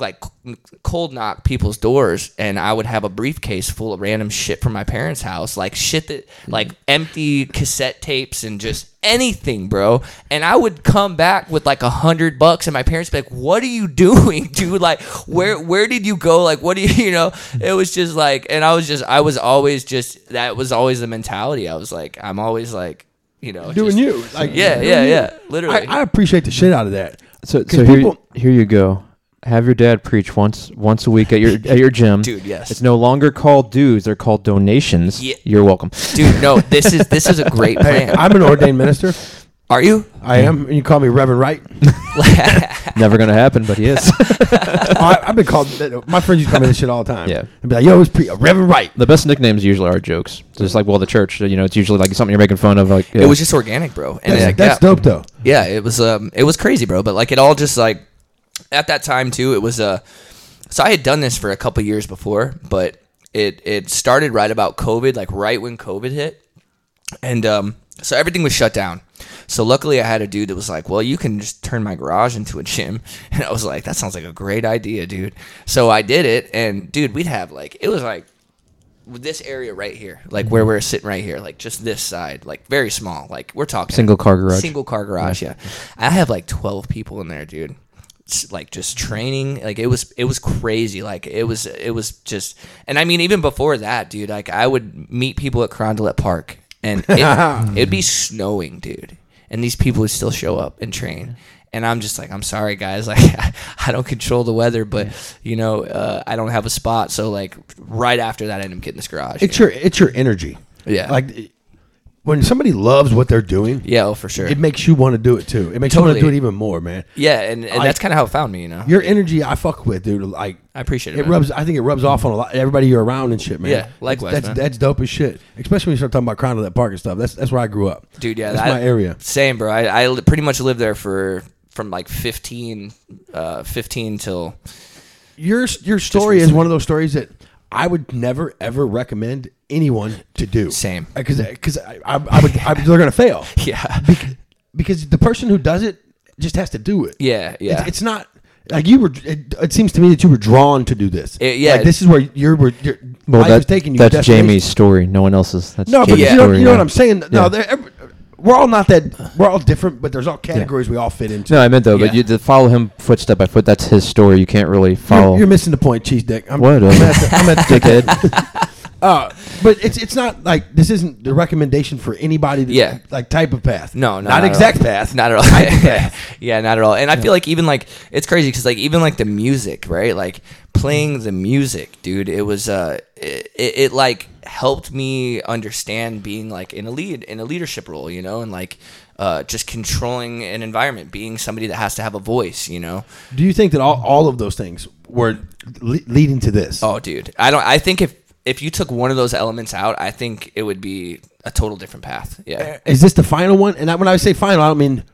D: like c- cold knock people's doors and I would have a briefcase full of random shit from my parents' house. Like shit that, like empty cassette tapes and just anything, bro. And I would come back with like a hundred bucks and my parents would be like, what are you doing, dude? Like, where, where did you go? Like, what do you, you know? It was just like, and I was just, I was always just, that was always the mentality. I was like, I'm always like, you know,
A: doing
D: just-
A: you, like
D: yeah,
A: doing
D: yeah,
A: you.
D: yeah. Literally.
A: I, I appreciate the shit out of that.
C: So,
A: 'Cause
C: so here,
A: people-
C: here you go. Have your dad preach once once a week at your at your gym,
D: Dude, yes.
C: It's no longer called dues; they're called donations.
D: Yeah.
C: You're welcome.
D: Dude, no, this is this is a great
A: Hey,
D: plan.
A: I'm an ordained minister.
D: Are you?
A: I am. And you call me Reverend Wright.
C: Never gonna happen, but he is.
A: I, I've been called. My friends used to call me this shit all the time.
C: Yeah.
A: I'd be like, "Yo, it's pre- Reverend Wright."
C: the best nicknames usually are jokes. Just like well, the church, you know, it's usually like something you're making fun of. Like uh,
D: It was just organic, bro. And
A: That's,
D: like,
A: that's
D: yeah,
A: dope though.
D: yeah, it was um it was crazy, bro, but like it all just like at that time too, it was uh so I had done this for a couple years before, but it it started right about COVID, like right when COVID hit. And um so everything was shut down. So luckily I had a dude that was like, "Well, you can just turn my garage into a gym." And I was like, "That sounds like a great idea, dude." So I did it and dude, we'd have like it was like this area right here, like where we're sitting right here, like just this side, like very small, like we're talking
C: Single car garage.
D: single car garage. Yeah, I have like twelve people in there, dude. S- Like just training, like it was, it was crazy. Like it was, it was just, and I mean, even before that, dude, like I would meet people at Carondelet Park, and it, it'd be snowing, dude. and these people would still show up and train. And I'm just like, I'm sorry, guys. Like, I don't control the weather, but you know, uh, I don't have a spot. So like, right after that, I end up getting this garage.
A: It's
D: you know?
A: your it's your energy.
D: Yeah.
A: Like when somebody loves what they're doing,
D: yeah, oh, for sure.
A: it makes you want to do it too. It makes you want to
D: Totally.
A: do it even more, man.
D: yeah, and, and
A: I-
D: that's kind of how it found me. You know,
A: Your energy, I fuck with, dude. Like
D: I appreciate it.
A: it
D: man.
A: rubs. I think it rubs off on a lot everybody you're around and shit, man.
D: Yeah,
A: That's-
D: likewise,
A: That's
D: man.
A: that's dope as shit. Especially when you start talking about Crown of that park and stuff. That's that's where I grew up,
D: dude. Yeah,
A: that's
D: that-
A: my area.
D: Same, bro. I, I li- pretty much lived there for from like 15, uh, 15 till
A: Your your story is
D: recently.
A: one of those stories that I would never ever recommend anyone to do. Uh,
D: Same.
A: because because I, I, I would I, they're gonna fail.
D: yeah,
A: Bec- because the person who does it just has to do it.
D: yeah, yeah.
A: It's, it's not like you were. It, it seems to me that you were drawn to do this.
D: It- yeah.
A: like, this is where you're. Where you're
C: Well,
A: life
C: that-
A: was taking you.
C: that's
A: destination.
C: Jamie's story. No one else's. That's
A: No, but
C: Jamie's
A: you, know,
C: story,
A: you know
C: yeah.
A: what I'm saying.
C: Yeah.
A: No, they're, every, we're all not that. We're all different, but there's all categories we all fit into.
C: No, I meant though,
D: Yeah.
C: but you to follow him footstep by foot. That's his story. You can't really follow.
A: You're, you're missing the point, cheese dick. I'm,
C: What?
A: I'm at the, I'm at the
C: dickhead.
A: Uh, but it's it's not like this isn't the recommendation for anybody. To,
D: Yeah.
A: Like type of path.
D: No, no,
A: not
D: at
A: exact
D: all.
A: path.
D: Not at
A: Type of
D: all.
A: path.
D: yeah, not at all. And I feel like even like it's crazy because like even like the music, right? Like playing the music, dude. It was uh, it, it, it like helped me understand being like in a lead in a leadership role, you know, and like uh, just controlling an environment, being somebody that has to have a voice, you know.
A: Do you think that all, all of those things were le- leading to this?
D: Oh, dude, I don't. I think if if you took one of those elements out, I think it would be a total different path. Yeah.
A: Uh, Is this the final one? And I, when I say final, I don't mean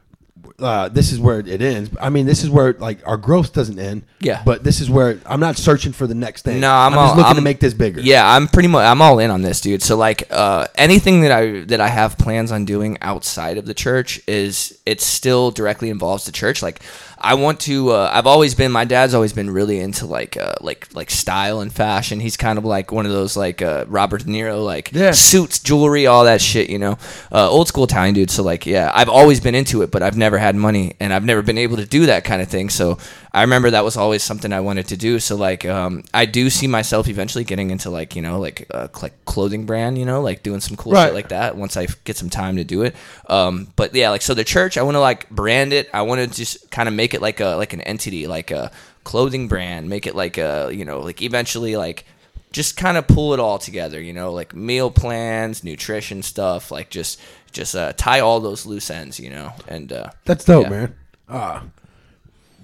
A: uh, this is where it ends. I mean this is where like our growth doesn't end.
D: Yeah.
A: But this is where I'm not searching for the next thing.
D: No, I'm,
A: just
D: all,
A: looking
D: I'm,
A: to make this bigger.
D: Yeah, I'm pretty much I'm all in on this, dude. So like uh, anything that I that I have plans on doing outside of the church is it still directly involves the church. Like I want to. Uh, I've always been. My dad's always been really into like uh, like like style and fashion. He's kind of like one of those like uh, Robert De Niro like
A: Yeah.
D: suits, jewelry, all that shit. You know, uh, old school Italian dude. So like yeah, I've always been into it, but I've never had money and I've never been able to do that kind of thing. So I remember that was always something I wanted to do. So like, um, I do see myself eventually getting into like you know like uh, cl- clothing brand, you know, like doing some cool
A: Right.
D: shit like that once I f- get some time to do it. Um, but yeah, like so the church, I want to like brand it. I want to just kind of make it like a like an entity, like a clothing brand. Make it like a you know like eventually like just kind of pull it all together, you know, like meal plans, nutrition stuff, like just just uh, tie all those loose ends, you know, and uh,
A: That's dope,
D: Yeah.
A: man. Uh,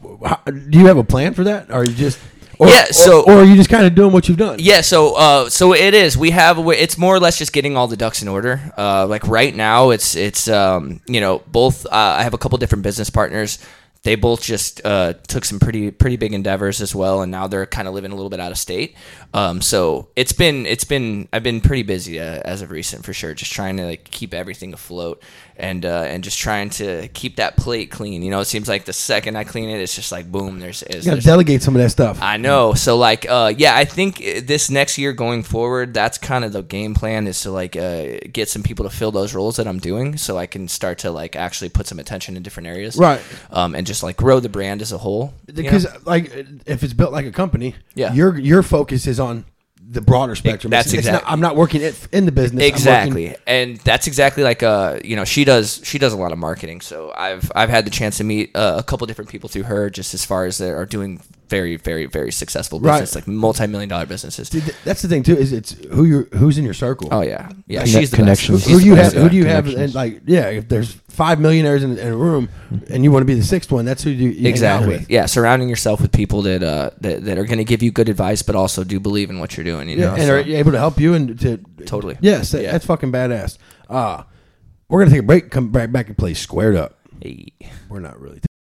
A: wh- how, do you have a plan for that? Or are you just or,
D: Yeah, so-
A: or, or are you just kind of doing what you've done?
D: Yeah, so uh, so it is. We have it's more or less just getting all the ducks in order. Uh, like right now, it's it's um, you know both. Uh, I have a couple different business partners. They both just uh, took some pretty pretty big endeavors as well, and now they're kind of living a little bit out of state. Um, so it's been it's been I've been pretty busy uh, as of recent for sure, just trying to like keep everything afloat and uh, and just trying to keep that plate clean. You know, it seems like the second I clean it, it's just like boom. There's, is
A: You gotta
D: there's
A: delegate some of that stuff.
D: I know. So like, uh, yeah, I think uh, this next year going forward, that's kind of the game plan is to like uh, get some people to fill those roles that I'm doing, so I can start to like actually put some attention in different areas,
A: Right.
D: Um, and just like grow the brand as a whole. you know?
A: because like if it's built like a company,
D: Yeah.
A: your your focus is on the broader spectrum.
D: that's
A: It's- it's not-
D: exact-
A: I'm not working it in the business. I'm working-
D: exactly and that's exactly like uh you know she does she does a lot of marketing so i've i've had the chance to meet uh, a couple different people through her just as far as they are doing very very very successful
A: Right.
D: business like multi-million dollar businesses
A: Dude, th- that's the thing too. Is it's who you who's in your circle.
D: oh yeah yeah
A: Conne-
D: she's the
C: connections.
D: best.
A: Who, who
D: She's
A: you
D: the
A: have?
D: best,
A: Who
D: yeah.
A: do you have? And
C: Connections.
A: like, yeah, if there's five millionaires in, in a room, and you want to be the sixth one, that's who you you hang out
D: exactly
A: with.
D: yeah surrounding yourself with people that uh that, that are going to give you good advice but also do believe in what you're doing you
A: Yeah,
D: know
A: and
D: so-
A: are able to help you and to
D: Totally.
A: Yes, that-
D: Yeah.
A: that's fucking badass. Uh, we're gonna take a break. Come back back and play squared up.
D: Hey.
A: We're not really.